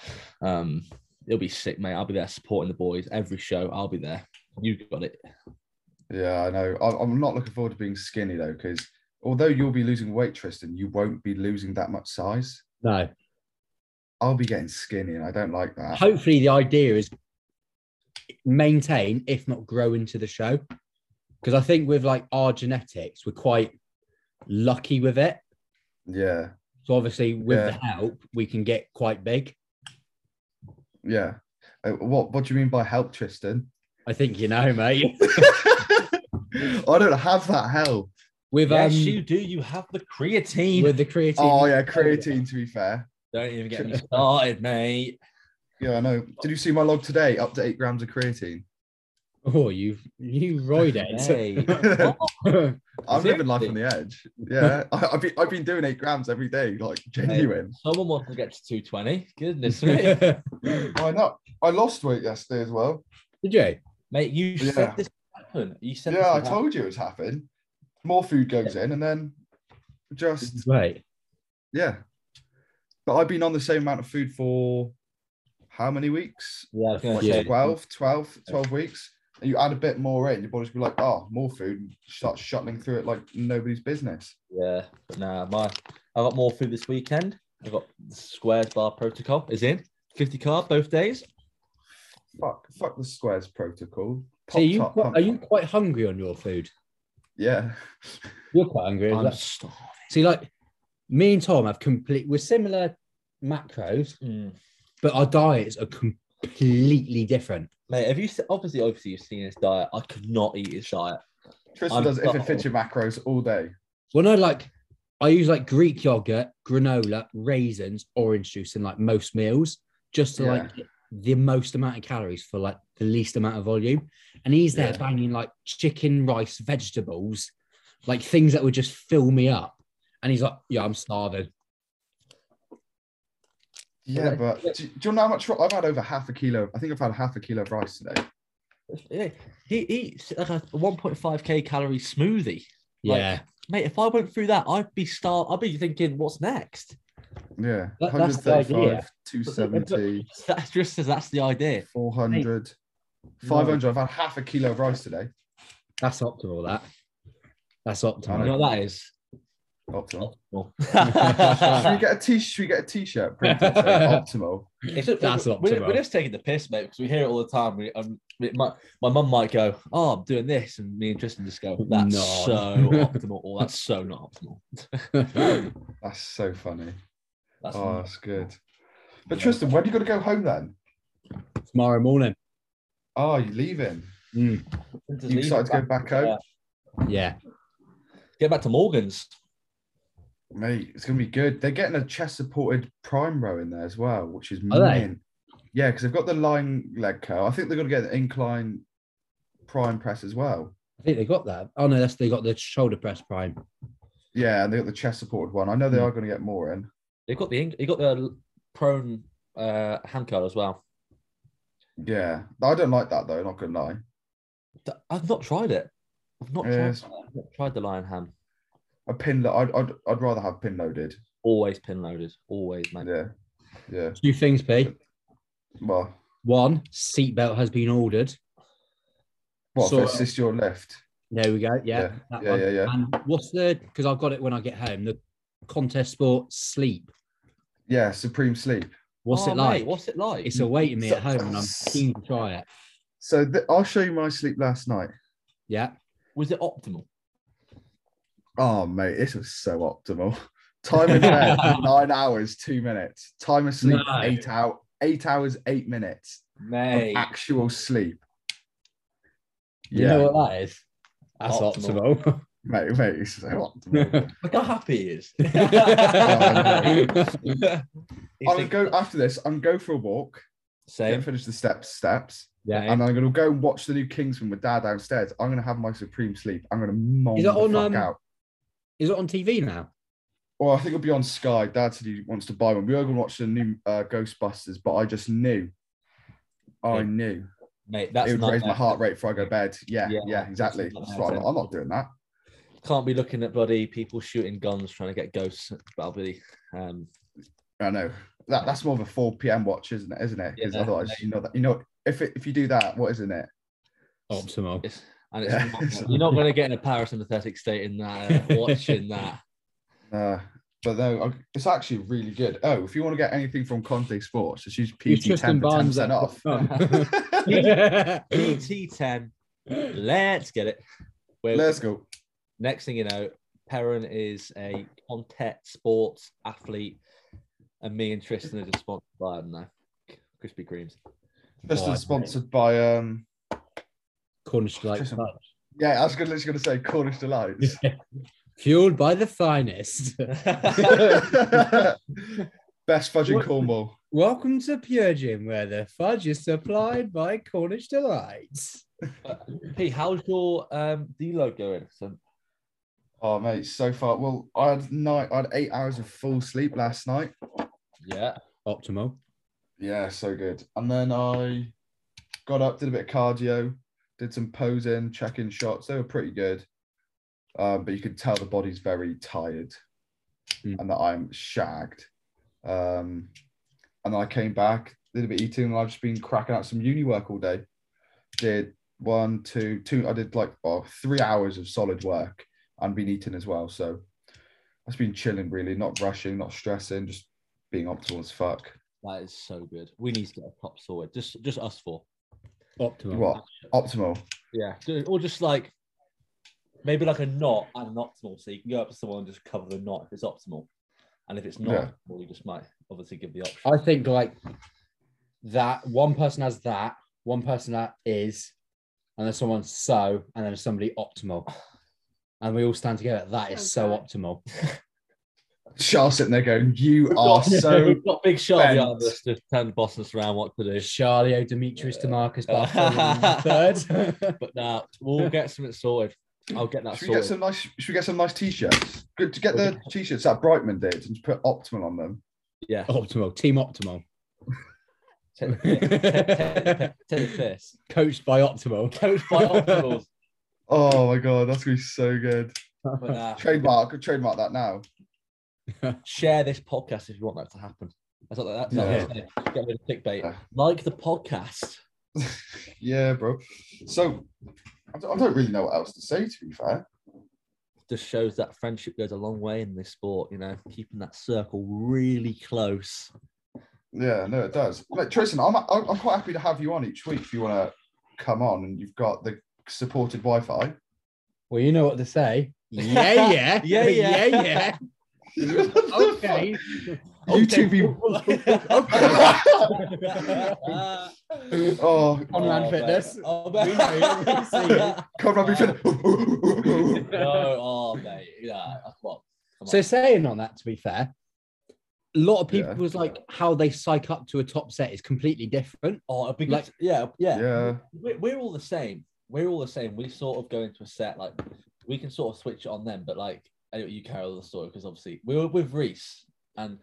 um, it'll be sick, mate. I'll be there supporting the boys every show. I'll be there. You got it. Yeah, I know. I, I'm not looking forward to being skinny though, because although you'll be losing weight, Tristan, you won't be losing that much size. no. I'll be getting skinny, and I don't like that. Hopefully, the idea is maintain, if not grow, into the show. Because I think with like our genetics, we're quite lucky with it. Yeah, So obviously, with the Yeah. help, we can get quite big. yeah. Uh, What What do you mean by help, Tristan? I think you know, mate. I don't have that help. With Yes, um, you do. You have the creatine. with the creatine. Oh yeah, creatine. To be fair, Don't even get me started, mate. yeah, I know. Did you see my log today? Up to eight grams of creatine. Oh, you you roid it. Mate. I'm living life on the edge. Yeah, I, I've been I've been doing eight grams every day, like genuine. Someone wants to get to 220. Goodness me. eh? Why not? I lost weight yesterday as well. Did you? Mate, you Yeah. said this would happen. You said this Yeah, I would happen. told you it was happening. More food goes in, and then just Right. yeah. But I've been on the same amount of food for how many weeks? Yeah, I was gonna Like say, 12, 12, 12 weeks. And you add a bit more in, your body's be like, oh, more food, and start shuttling through it like nobody's business. Yeah, but nah, my I got more food this weekend. I got the squares bar protocol is in 50 carb both days. Fuck, fuck the squares protocol. So are you Pop-Tart quite, pump- are you quite hungry on your food? Yeah, You're quite hungry. is I'm that- starving. See, like me and Tom have complete we're similar macros, Mm. but our diets are completely different. Mate, have you se- obviously obviously you've seen his diet? I could not eat his diet. Tristan I'm does it if it not- fits your macros all day. When I like I use like Greek yogurt, granola, raisins, orange juice in like most meals, just to Yeah. like get the most amount of calories for like the least amount of volume. And he's there Yeah. banging like chicken, rice, vegetables, like things that would just fill me up. And he's like, Yeah, I'm starving. Yeah, like- but do, do you know how much I've had over half a kilo? I think I've had half a kilo of rice today. Yeah, He eats like a 1.5k calorie smoothie. Like- Yeah. Mate, if I went through that, I'd be starved. I'd be thinking, what's next? Yeah, That- that's the idea. 135, 270, That's just that's the idea. 400, 500. I've had half a kilo of rice today. That's optimal, that. That's optimal. You know what that is? Optimal. Oh, should we That's get a t? Should we get a t-shirt printed saying optimal? That's we're, not we're, too we're bad. just taking the piss, mate, because we hear it all the time. We, um, it might, my mum might go, "Oh, I'm doing this," and me and Tristan just go, "That's No. so optimal," or "That's so not optimal." That's so funny. That's Oh, that's good. But Yeah. Tristan, when are you going to go home then? Tomorrow morning. Oh, you're leaving. Mm. Just You leave decided it to go back out, Yeah. Get back to Morgan's. mate. It's gonna be good. They're getting a chest-supported prime row in there as well, which is Are they? mean. Yeah, because they've got the line leg curl. I think they're gonna get the incline prime press as well. I think they got that. Oh no, that's they got the shoulder press prime. Yeah, and they got the chest-supported one. I know Hmm. they are gonna get more in. They've got the Eng- they got the prone uh, hand curl as well. Yeah, I don't like that though. Not gonna lie. Th- I've not tried it. I've not, tried, Yes. that. I've not tried the lion hand. A pin. lo- I'd, I'd I'd rather have pin loaded. Always pin loaded. Always, mate. Yeah, yeah. Two things, P. Well, One, seatbelt has been ordered. what So- if assist your lift? There we go. Yeah. Yeah, that yeah, one. yeah, yeah. And what's the because I've got it when I get home, the contest sport sleep. Yeah, supreme sleep. What's Oh, it mate, like? what's it like? it's awaiting me at So- home and I'm keen to try it. So th- I'll show you my sleep last night. Yeah. Was it optimal? Oh mate, this was so optimal. Time in bed nine hours two minutes. Time of sleep No. eight out eight hours eight minutes. of Mate, Actual sleep. You Yeah, know what that is? That's Optimal. optimal. mate, mate, it's so optimal. look how happy he Oh, is. He's I'm gonna thinking, go after this. I'm gonna go for a walk. same. Finish the steps, steps, yeah. and I'm gonna go and watch the new Kingsman with Dad downstairs. I'm gonna have my supreme sleep. I'm gonna mom Is the that on, fuck um, out. Is it on TV now? Well, I think it'll be on Sky. Dad said he wants to buy one. We were going to watch the new uh, Ghostbusters, but I just knew. I Yeah. knew Mate, that's it would not raise my bad. heart rate before I go to bed. Yeah, Yeah, yeah, exactly. that's That's right. I'm, not- I'm not doing that. Can't be looking at bloody people shooting guns trying to get ghosts. That'll be um, I know that that's more of a 4 p.m. watch, isn't it? Isn't it? Because Yeah, otherwise, you know that you know if it, if you do that, what isn't it? Optimal. it's, and it's Yeah. not, you're not going to get in a parasympathetic state in that uh, watching that. Uh, but no, I- it's actually really good. Oh, if you want to get anything from Conte Sports, it's use Use PT10 for 10% off. off. PT10. Let's get it. We're- Let's go. next thing you know, Perrin is a Contet Sports athlete, and me and Tristan are just sponsored by I don't know, Krispy Kremes. Just Right, mate. as sponsored by um Cornish delight. Tristan. Yeah, I was gonna, literally going to say Cornish delights. Fueled by the finest. Best fudge in What- Cornwall. Welcome to Pure Gym, where the fudge is supplied by Cornish delights. Hey, how's your um, deload going? So, Oh mate, so far. Well, I had night. I had eight hours of full sleep last night. yeah, Optimal. Yeah, so good. And then I got up, did a bit of cardio, did some posing, check-in shots. They were pretty good, um, but you could tell the body's very tired, Mm. and that I'm shagged. Um, and then I came back, did a bit of eating, and I've just been cracking out some uni work all day. Did one, two, two. I did like oh, three hours of solid work, and been eating as well. So I've been chilling, really, not rushing, not stressing, just being optimal as fuck. that is so good. We need to get a top sorted. Just, just us four. Optimal. What optimal? Yeah, do- or just like maybe like a knot and an optimal, so you can go up to someone and just cover the knot if it's optimal, and if it's not, Yeah. well, you just might obviously give the option. I think like that one person has that, one person that is, and then someone so, and then somebody optimal. And we all stand together. That is so optimal. Charles sitting there going, "You are got- so We've got Big Shot bent. behind us Oh, to turn the bosses around what to do. Charlio, Demetrius, Demarcus, Uh, Bartholomew, third. But now we'll get something sorted. I'll get that Should we get sorted. some nice? Should we get some nice t-shirts? Good to get the t-shirts that Brightman did and just put optimal on them. yeah. optimal. Team Optimal. Take the piss. Coached by Optimal. Coach by optimals. Oh my god, that's gonna be so good. But, uh, Trademark, trademark that now. share this podcast if you want that to happen. That's what that's what I'm saying. Get rid of clickbait. Yeah. Like the podcast. Yeah, bro. So I don't, I don't really know what else to say. To be fair, Just shows that friendship goes a long way in this sport, you know, keeping that circle really close. yeah, no, it does. Like Tristan, I'm I'm I'm quite happy to have you on each week if you want to come on and you've got the supported Wi-Fi. Well, you know what to say. Yeah, yeah. Yeah, yeah. yeah, yeah. Okay. You two be. Oh, Online fitness. Oh, We mate. know, we see come on, be no, oh, mate. Yeah, well, come So on. saying on that, to be fair, a lot of Yeah. people was like how they psych up to a top set is completely different. Oh, it'd be good like- to- yeah, yeah. Yeah. We're, we're all the same. We're all the same. We sort of go into a set like we can sort of switch it on them, but like anyway, you carry on the story because obviously we were with Reese and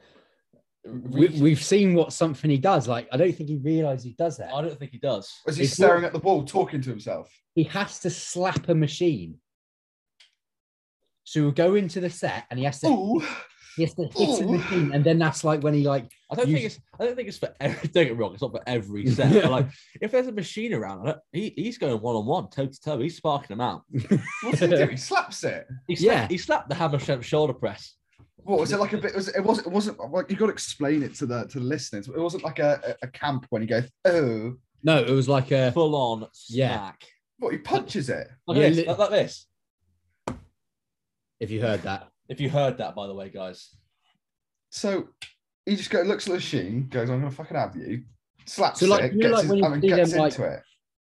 We, Reece- we've seen what something he does. Like I don't think he realizes he does that. I don't think he does. Is he It's staring at the wall, talking to himself? He has to slap a machine. So he'll go into the set and he has to Ooh. he has to hit a Ooh. machine, and then that's like when he like I don't You- think it's. I don't think it's for. Every, don't get me wrong. It's not for every set. but like if there's a machine around, I don't- he, he's going one on one, toe to toe. He's sparking them out. What did he do? He slaps it. He slapped, Yeah. He slapped the hammer sh- shoulder press. What was it like a bit? Was it, it wasn't? It wasn't like you got to explain it to the to the listeners. It wasn't like a, a a camp when you go, oh, no, it was like a Full on Yeah. smack. what he punches it. Like Yeah, this. li- like- like this. if you heard that. If you heard that, by the way, guys. So he just go looks at the machine, goes, I'm gonna fucking have you, slaps So, like, it, you know, gets, like, his- when you I mean, see gets them, like- into it.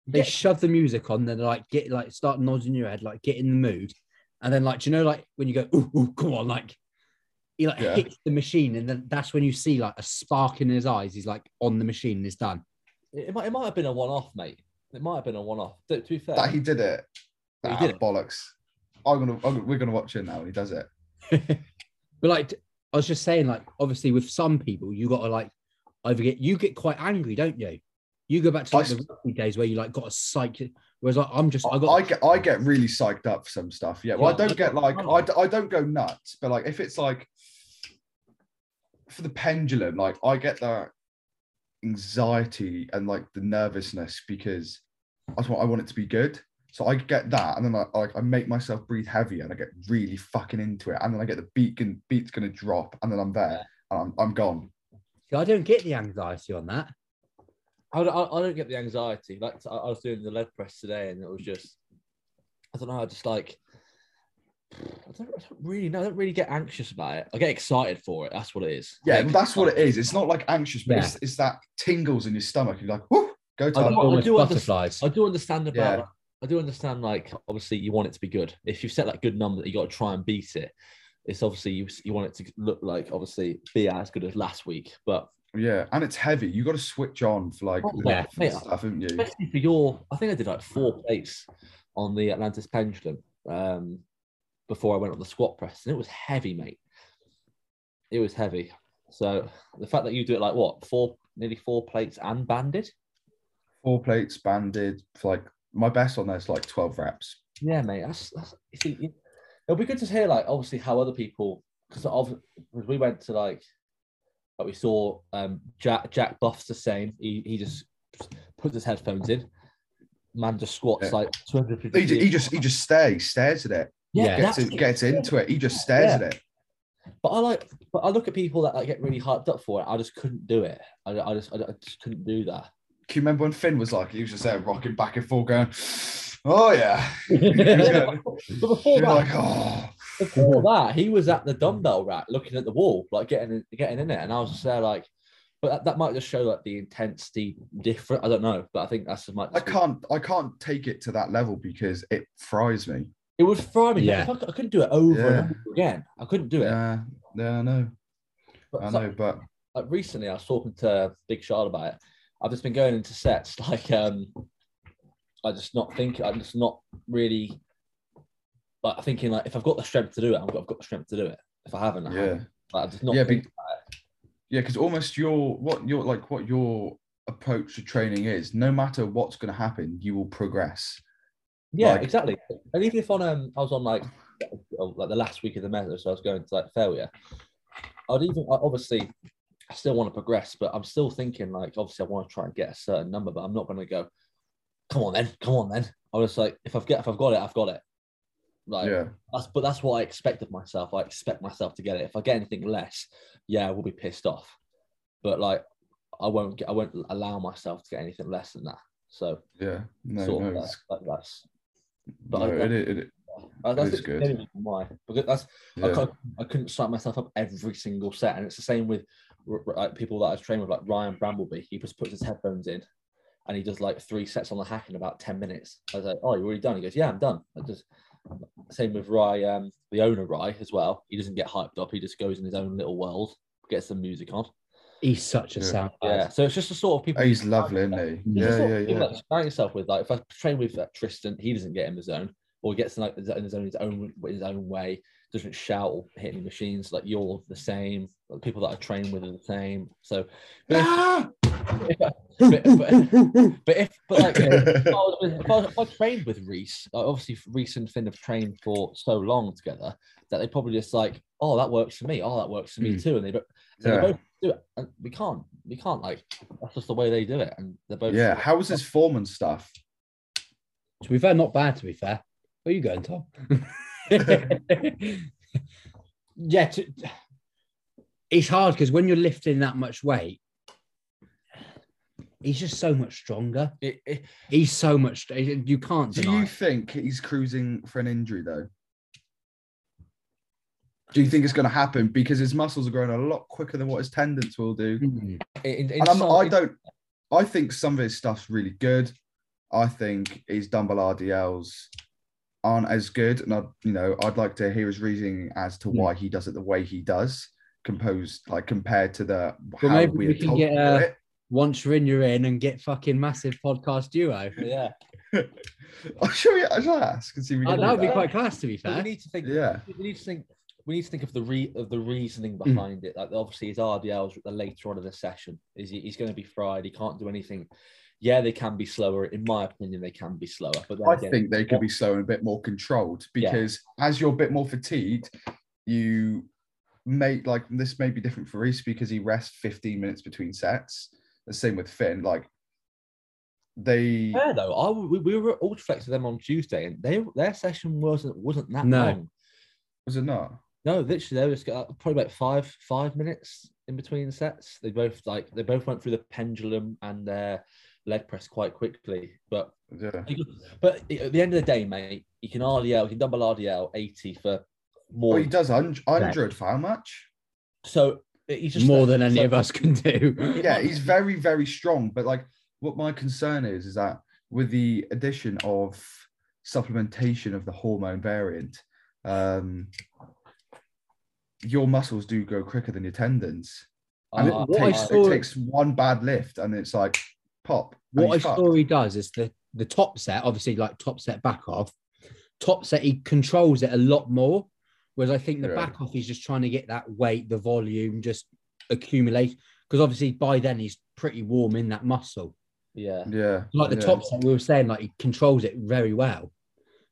they shove the music on, then like get like start nodding your head, like get in the mood, and then like do you know like when you go, ooh, ooh come on, like he like Yeah. hits the machine, and then that's when you see like a spark in his eyes. He's like on the machine and it's done. It, it might. It might have been a one off, mate. It might have been a one off. To, to be fair, That he did it. He Ah, did it. bollocks. I'm gonna, I'm, we're gonna watch it now when he does it. But like I was just saying, like obviously with some people, you gotta like either get you get quite angry, don't you? You go back to I like the rugby days where you like got a psych. Whereas like I'm just I, I got I get, I get really psyched up for some stuff. Yeah, well, Yeah, I don't get like, I'm I, d- I don't go nuts, but like if it's like for the pendulum, like I get that anxiety and like the nervousness because I just want, I want it to be good. So I get that, and then I like I make myself breathe heavy, and I get really fucking into it, and then I get the beat and beat's gonna drop, and then I'm there, and I'm, I'm gone. See, I don't get the anxiety on that. I don't, I I don't get the anxiety. Like I I was doing the leg press today, and it was just, I don't know. I just like, I don't, I don't really know. I don't really get anxious about it. I get excited for it. That's what it is. Yeah, I get that's what it is. It's not like anxious, but Yeah. it's, it's that tingles in your stomach. You're like, whoo, go time. I Almost do understand- butterflies. I do understand about. Yeah. I do understand. Like, obviously, you want it to be good. If you've set that good number, you got to try and beat it. It's obviously you, you want it to look like obviously be as good as last week, but Yeah, and it's heavy. You got to switch on for like Oh, the- yeah. for the stuff, haven't you? especially for your. I think I did like four plates on the Atlantis pendulum um, before I went on the squat press, and it was heavy, mate. It was heavy. So the fact that you do it like what four, nearly four plates and banded. Four plates banded. for, Like my best on there's like twelve reps. Yeah, mate. That's, that's you see, you- it'll be good to hear, like, obviously, how other people because of because we went to like, like we saw um Jack Jack Buff's the same. He he just puts his headphones in. Man just squats Yeah. like 250. He, ju- he just he just stares stares at it. Yeah. Gets that's in, gets into it. He just stares at it. But I like, but I look at people that like, get really hyped up for it. I just couldn't do it. I, I just I, I just couldn't do that. Can you remember when Finn was like he was just there rocking back and forth, going, "Oh yeah." Yeah, but but before You're that, like, oh. before that, he was at the dumbbell rack looking at the wall, like getting getting in it, and I was just there like, but that, that might just show like the intensity different. I don't know, but I think that's just might. I just be- can't I can't take it to that level because it fries me. It was fry me. Yeah. Yeah. I, cou- I couldn't do it over Yeah. and over again. I couldn't do it. Yeah, yeah, I know, but I so- know, but like recently I was talking to Big Charlotte about it. I've just been going into sets like um I just not think I'm just not really like thinking like if I've got the strength to do it, I've got, I've got the strength to do it. If I haven't, I yeah. haven't. Like, I'm just not Yeah, think- Yeah, because almost your what your like what your approach to training is, no matter what's going to happen, you will progress. yeah like- exactly. And even if on um I was on like oh, like the last week of the method, so I was going to like failure. I'd even I- obviously I still want to progress, but I'm still thinking like obviously I want to try and get a certain number, but I'm not going to go. Come on then, come on then. I was like, if I've get if I've got it, I've got it. Like yeah, That's but that's what I expect of myself. I expect myself to get it. If I get anything less, yeah, I will be pissed off. But like, I won't get. I won't allow myself to get anything less than that. So yeah. No, sort no, of that, it's- that, that's no, but I- it, it, it- uh, that's is the good. only reason why because that's I, yeah. can't, I couldn't psych myself up every single set, and it's the same with r- r- like people that I was training with, like Ryan Brambleby, he just puts his headphones in and he does like three sets on the hack in about 10 minutes. I was like, oh, you're already done? He goes, yeah, I'm done. I just, same with Rye, um, the owner Rye as well. He doesn't get hyped up. He just goes in his own little world, gets some music on. He's such a Yeah. sound. Yeah. So it's just the sort of people. He's lovely, isn't he? Yeah, Yeah, yeah, yeah. People that you surround yourself with, like if I train with uh, Tristan, he doesn't get in the zone or gets in, like, the zone- in his own his own his own way. Doesn't shout or hit any machines. Like you're the same. The people that I train with are the same. So, Ah! but, but, but if but like if I, yeah, was with, if, I, was- if I trained with Reese, like, obviously Reese and Finn have trained for so long together that they probably just like, oh, that works for me. Oh, that works for Hmm. me too. And they bo- so they both do it. And we can't we can't like that's just the way they do it. And they're both yeah. How was his form and stuff? To be fair, not bad. To be fair, where are you going, Tom? yeah, to, it's hard because when you're lifting that much weight, he's just so much stronger. It- it- He's so much. You can't Do deny. you it. think he's cruising for an injury though? Do you think it's going to happen because his muscles are growing a lot quicker than what his tendons will do? Mm. in- in And I'm, some- I don't. I think some of his stuff's really good. I think his dumbbell RDLs aren't as good, and I, you know, I'd like to hear his reasoning as to why he does it the way he does, composed like compared to the Well, how maybe we we are can told get, to do uh, it. Once you're in, you're in, and get fucking massive podcast duo. Yeah. I'm sure. Yeah, I should ask and see. If we Oh, can that would do be that. quite class, to be But fair. we need to think. Yeah. We need to think. We need to think of the re of the reasoning Mm. behind it. Like obviously his RDLs at the later on of the session is he, he's going to be fried. He can't do anything. Yeah, they can be slower. In my opinion, they can be slower. But then I again, think they could be slow and a bit more controlled Yeah. because as you're a bit more fatigued, you may like this may be different for Reese because he rests 15 minutes between sets. The same with Finn. Like they fair though. I w- we, we were at Ultraflex with them on Tuesday, and they their session wasn't wasn't that No. long. was it not? No, literally, they just got probably about five five minutes in between sets. They both like they both went through the pendulum and their leg press quite quickly, but Yeah. But at the end of the day, mate, you can RDL, you can double RDL 80 for Well, more. oh, he does 100 100 for how much? so he's just More than any so- of us can do. Yeah, he's very, very strong. But like what my concern is is that with the addition of supplementation of the hormone variant, um your muscles do go quicker than your tendons. And Uh, Ah, it, what I takes, saw- it takes one bad lift and it's like pop. and what I he's fucked. saw he does is the the top set, obviously like top set back off, top set he controls it a lot more. Whereas I think the Yeah. back off he's just trying to get that weight, the volume, just accumulate. Because obviously by then he's pretty warm in that muscle. yeah. Yeah. Like the yeah. top set, we were saying like he controls it very well.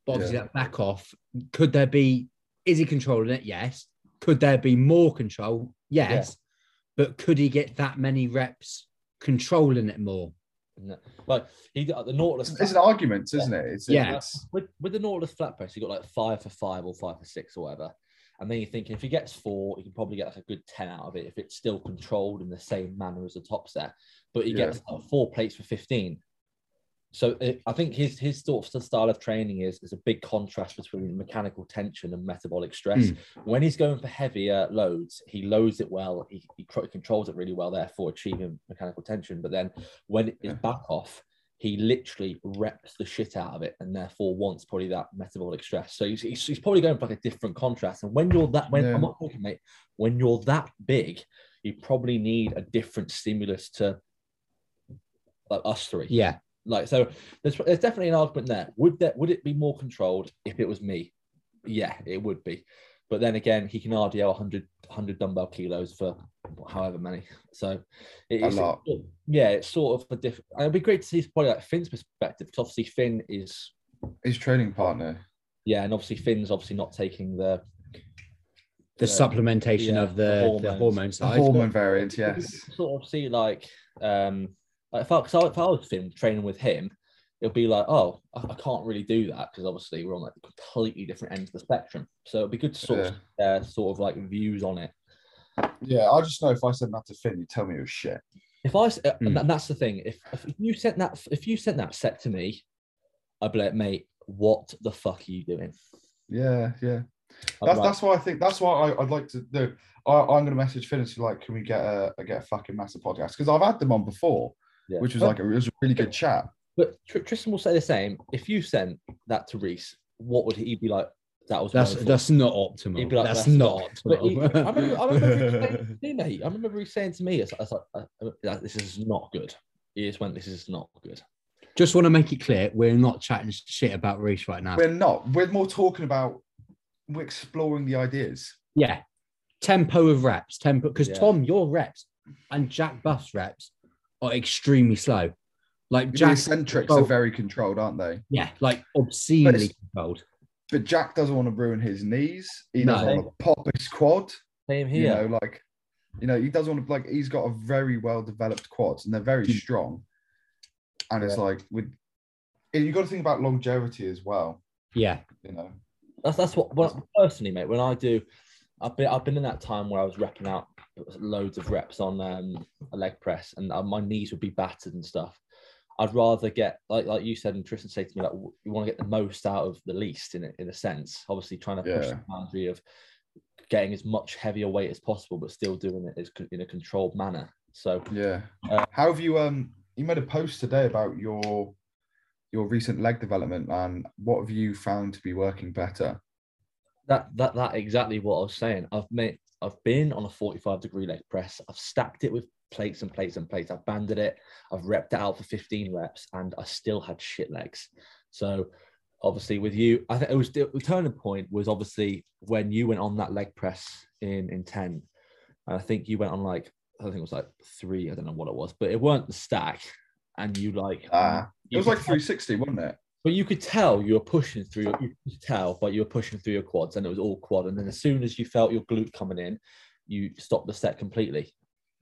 But obviously that back off, could there be? Is he controlling it? Yes. Could there be more control? Yes. But could he get that many reps controlling it more? Like he got the Nautilus. It's, it's an flat- argument, isn't it? It's, Yeah. it's- with, with the Nautilus flat press, you got like five for five or five for six or whatever. And then you're thinking if he gets four, he can probably get like a good 10 out of it if it's still controlled in the same manner as the top set. But he Yeah. gets like, four plates for 15. So it, I think his his sort of style of training is is a big contrast between mechanical tension and metabolic stress. Mm. When he's going for heavier loads, he loads it well. He, he cr- controls it really well, therefore achieving mechanical tension. But then when it's Yeah. back off, he literally reps the shit out of it, and therefore wants probably that metabolic stress. So he's, he's, he's probably going for like a different contrast. And when you're that when Yeah. I'm not talking, mate, when you're that big, you probably need a different stimulus to like us three. Yeah. Like so, there's, there's definitely an argument there. Would that would it be more controlled if it was me? Yeah, it would be. But then again, he can RDL 100, 100 dumbbell kilos for however many. So it- A it's lot. Yeah, it's sort of a different. It'd be great to see probably like Finn's perspective. 'cause obviously, Finn is his training partner. yeah, and obviously Finn's obviously not taking the the Yeah. supplementation Yeah, of the, the the hormone The side. hormone variant, yes. sort of see like um like if I, 'cause I- if I was Finn training with him, it'll be like, oh, I, I can't really do that because obviously we're on like completely different ends of the spectrum. So it'd be good to sort of Yeah. see their sort of like views on it. yeah, I just know if I said that to Finn, you'd tell me it was shit. If I s- uh, Hmm. and that's the thing, if, if you sent that if you sent that set to me, I'd be like, mate, what the fuck are you doing? Yeah, yeah. I'd That's like- that's why I think that's why I, I'd like to do. I, I'm going to message Finn and say like, can we get a get a fucking massive podcast? Because I've had them on before, Yeah. which was like a, it was a really good chat. But Tr- Tristan will say the same. If you sent that to Reese, what would he be like? That was That's wonderful." that's not optimal. He'd be like, that's, "That's not But he, I optimal. remember, I remember Reece saying to me, mate. I remember Reece saying to me, it's, it's like, uh, uh, that- "This is not good." He just went, "This is not good." Just want to make it clear, we're not chatting shit about Reese right now. We're not. We're more talking about we're exploring the ideas. yeah, tempo of reps, tempo because Yeah. Tom, your reps and Jack Buff's reps are extremely slow. Like The Jack, eccentrics oh. are very controlled, aren't they? yeah, like obscenely controlled. But Jack doesn't want to ruin his knees. He No. doesn't want to pop his quad. Same You here. know, like you know, he doesn't want to like. He's got a very well developed quads, and they're Hmm. very Mm. strong. And it's like with you got to think about longevity as well. Yeah, You know. That's that's what when, personally, mate. When I do, I've been I've been in that time where I was repping out loads of reps on um, a leg press, and uh, my knees would be battered and stuff. I'd rather get like like you said, and Tristan said to me, like w- you want to get the most out of the least in a, in a sense. Obviously, trying to push Yeah. the boundary of getting as much heavier weight as possible, but still doing it as, co- in a controlled manner. So Yeah. Uh, How have you um you made a post today about your your recent leg development and what have you found to be working better? that that that exactly what I was saying. I've made I've been on a 45 degree leg press. I've stacked it with plates and plates and plates. I've banded it. I've repped it out for 15 reps and I still had shit legs. So obviously with you, I think it was the turning point was obviously when you went on that leg press in in 10. And I think you went on like I think it was like three, I don't know what it was, but it weren't the stack. And you like Ah, It you was could like 360, wasn't it? but you could tell you were pushing through. Your, you could tell, but you were pushing through your quads, and it was all quad. And then as soon as you felt your glute coming in, you stopped the set completely.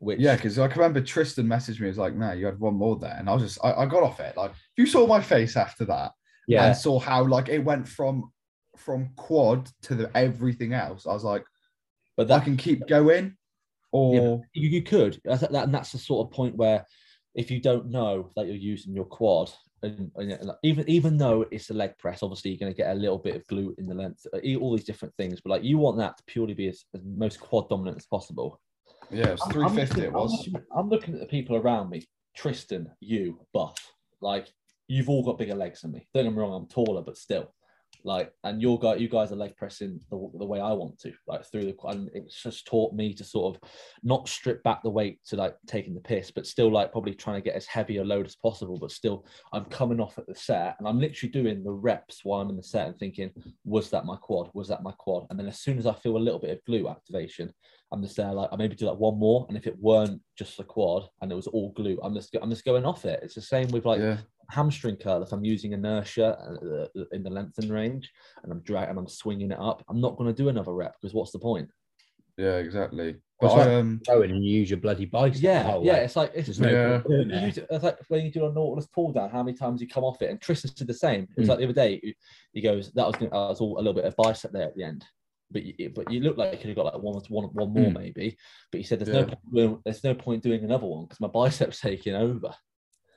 Which Yeah, because I can remember Tristan messaged me, he was like, man, you had one more there. And I was just I, I got off it. Like you saw my face after that and yeah, saw how like it went from from quad to the everything else. I was like, but I that can keep going. Or you, you could. That's, that, and that's the sort of point where, if you don't know that you're using your quad, and, and and even even though it's a leg press, obviously you're going to get a little bit of glute in the length, uh, all these different things. But like you want that to purely be as, as most quad dominant as possible. yeah, it was I'm- I'm 350 it looking- I'm was. looking- I'm looking at the people around me. Tristan, you, Buff. Like you've all got bigger legs than me. Don't get me wrong, I'm taller, but still. Like, and your guy, you guys are leg pressing the, the way I want to, like through the. And it's just taught me to sort of not strip back the weight to like taking the piss, but still like probably trying to get as heavy a load as possible. But still, I'm coming off at the set and I'm literally doing the reps while I'm in the set and thinking, was that my quad? Was that my quad? And then as soon as I feel a little bit of glue activation, I'm just there like I maybe do that one more, and if it weren't just the quad and it was all glue, I'm just I'm just going off it. It's the same with like yeah. hamstring curl. If I'm using inertia uh, uh, in the lengthen range and I'm dragging and I'm swinging it up, I'm not going to do another rep because what's the point? Yeah, exactly. But That's I, um go in and use your bloody bicep. the Yeah, whole yeah. way. It's like it's There's no Yeah. point doing You it. used it- it's like when you do a Nautilus pull down, how many times you come off it? And Tristan did the same. It was Mm. Hmm. like the other day, he- he goes, "That was, gonna- that was all a little bit of bicep there at the end." But you, it- but you look like you could have got like one, one, one more Mm. maybe. But he said, "There's no Hmm. Yeah. point doing, there's no point doing another one because my biceps taking over."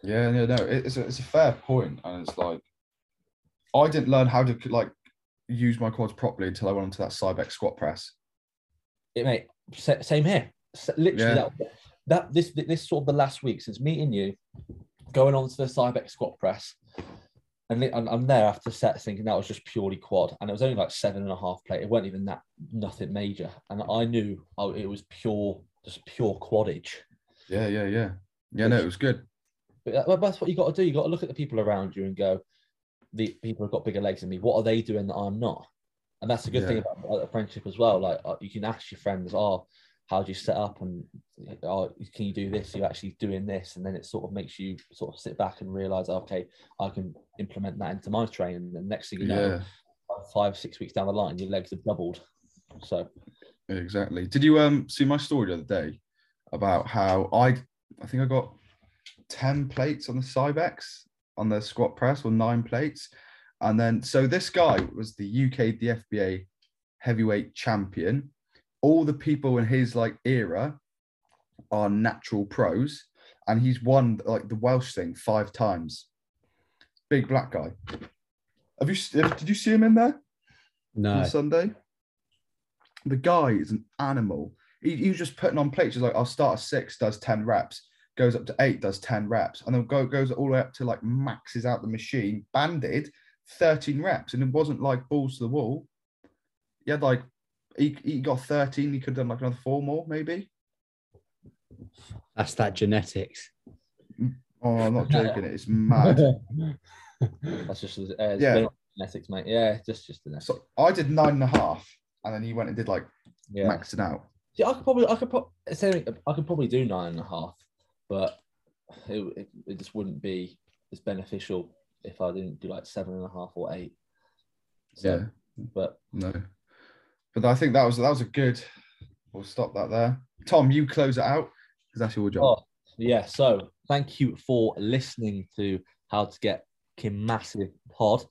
Yeah, no, no, it- it's a, it's a fair point, and it's like I didn't learn how to like use my quads properly until I went onto that Cybex squat press. It mate, sa- same here. S- Literally Yeah. that, that this this sort of the last week since meeting you, going on to the Cybex squat press, and li- and I'm there after set thinking that was just purely quad, and it was only like seven and a half plate. It wasn't even that nothing major, and I knew oh, it was pure just pure quadage. Yeah, yeah, yeah, yeah. No, it was good. But that- but that's what you got to do. You got to look at the people around you and go, the people have got bigger legs than me. What are they doing that I'm not? And that's a good thing Yeah. about like, a friendship as well. Like uh, you can ask your friends, "Oh, how do you set up? And oh, can you do this? Are you actually doing this?" And then it sort of makes you sort of sit back and realize, "Oh, "Okay, I can implement that into my training." And the next thing you know, Yeah, five six weeks down the line, your legs have doubled. So exactly. Did you um see my story the other day about how I I think I got ten plates on the Cybex on the squat press or nine plates, and then so this guy was the UK DFBA heavyweight champion. All the people in his like era are natural pros, and he's won like the Welsh thing five times. Big black guy. Have you s- did you see him in there no, on Sunday? the guy is an animal. He, he was just putting on plates. He's like, I'll start at six, does 10 reps, goes up to eight, does 10 reps, and then go, goes all the way up to like maxes out the machine, banded 13 reps. And it wasn't like balls to the wall. He had like, he, he got 13, he could have done like another four more, maybe. That's that genetics. Oh, I'm not joking. It's mad. That's just uh, it's Yeah. been genetics, mate. Yeah, just just genetics. So I did nine and a half, and then he went and did like yeah. maxing out. See, I could probably, I could pro- say I could probably do nine and a half, but it, it, it just wouldn't be as beneficial if I didn't do like seven and a half or eight. So, Yeah. But No. But I think that was that was a good. We'll stop that there. Tom, you close it out because that's your job. oh, yeah. So thank you for listening to How to Get Kim Massive Pod.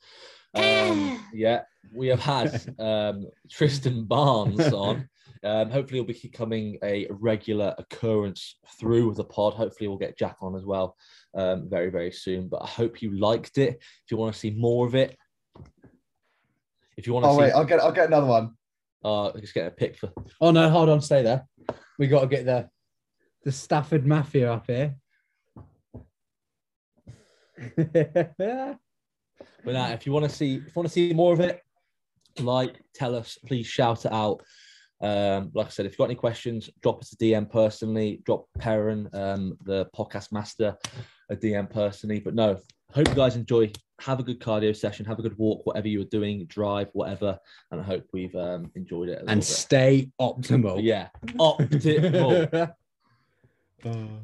Um, yeah, we have had um, Tristan Barnes on. Um, hopefully, he'll be becoming a regular occurrence through the pod. Hopefully, we'll get Jack on as well um, very, very soon. But I hope you liked it. If you want to see more of it, if you want to Oh see, wait, I'll get I'll get another one. uh, just get a pick for. Oh no, hold on, stay there. We got to get the the Stafford Mafia up here. But now, if you want to see, if you want to see more of it, like, tell us, please shout it out. Um, like I said, if you've got any questions, drop us a DM personally. Drop Perrin, um, the podcast master, a DM personally. But no, hope you guys enjoy. Have a good cardio session. Have a good walk, whatever you are doing, drive, whatever. And I hope we've um, enjoyed it. A little and bit. stay optimal. yeah, optimal. Uh.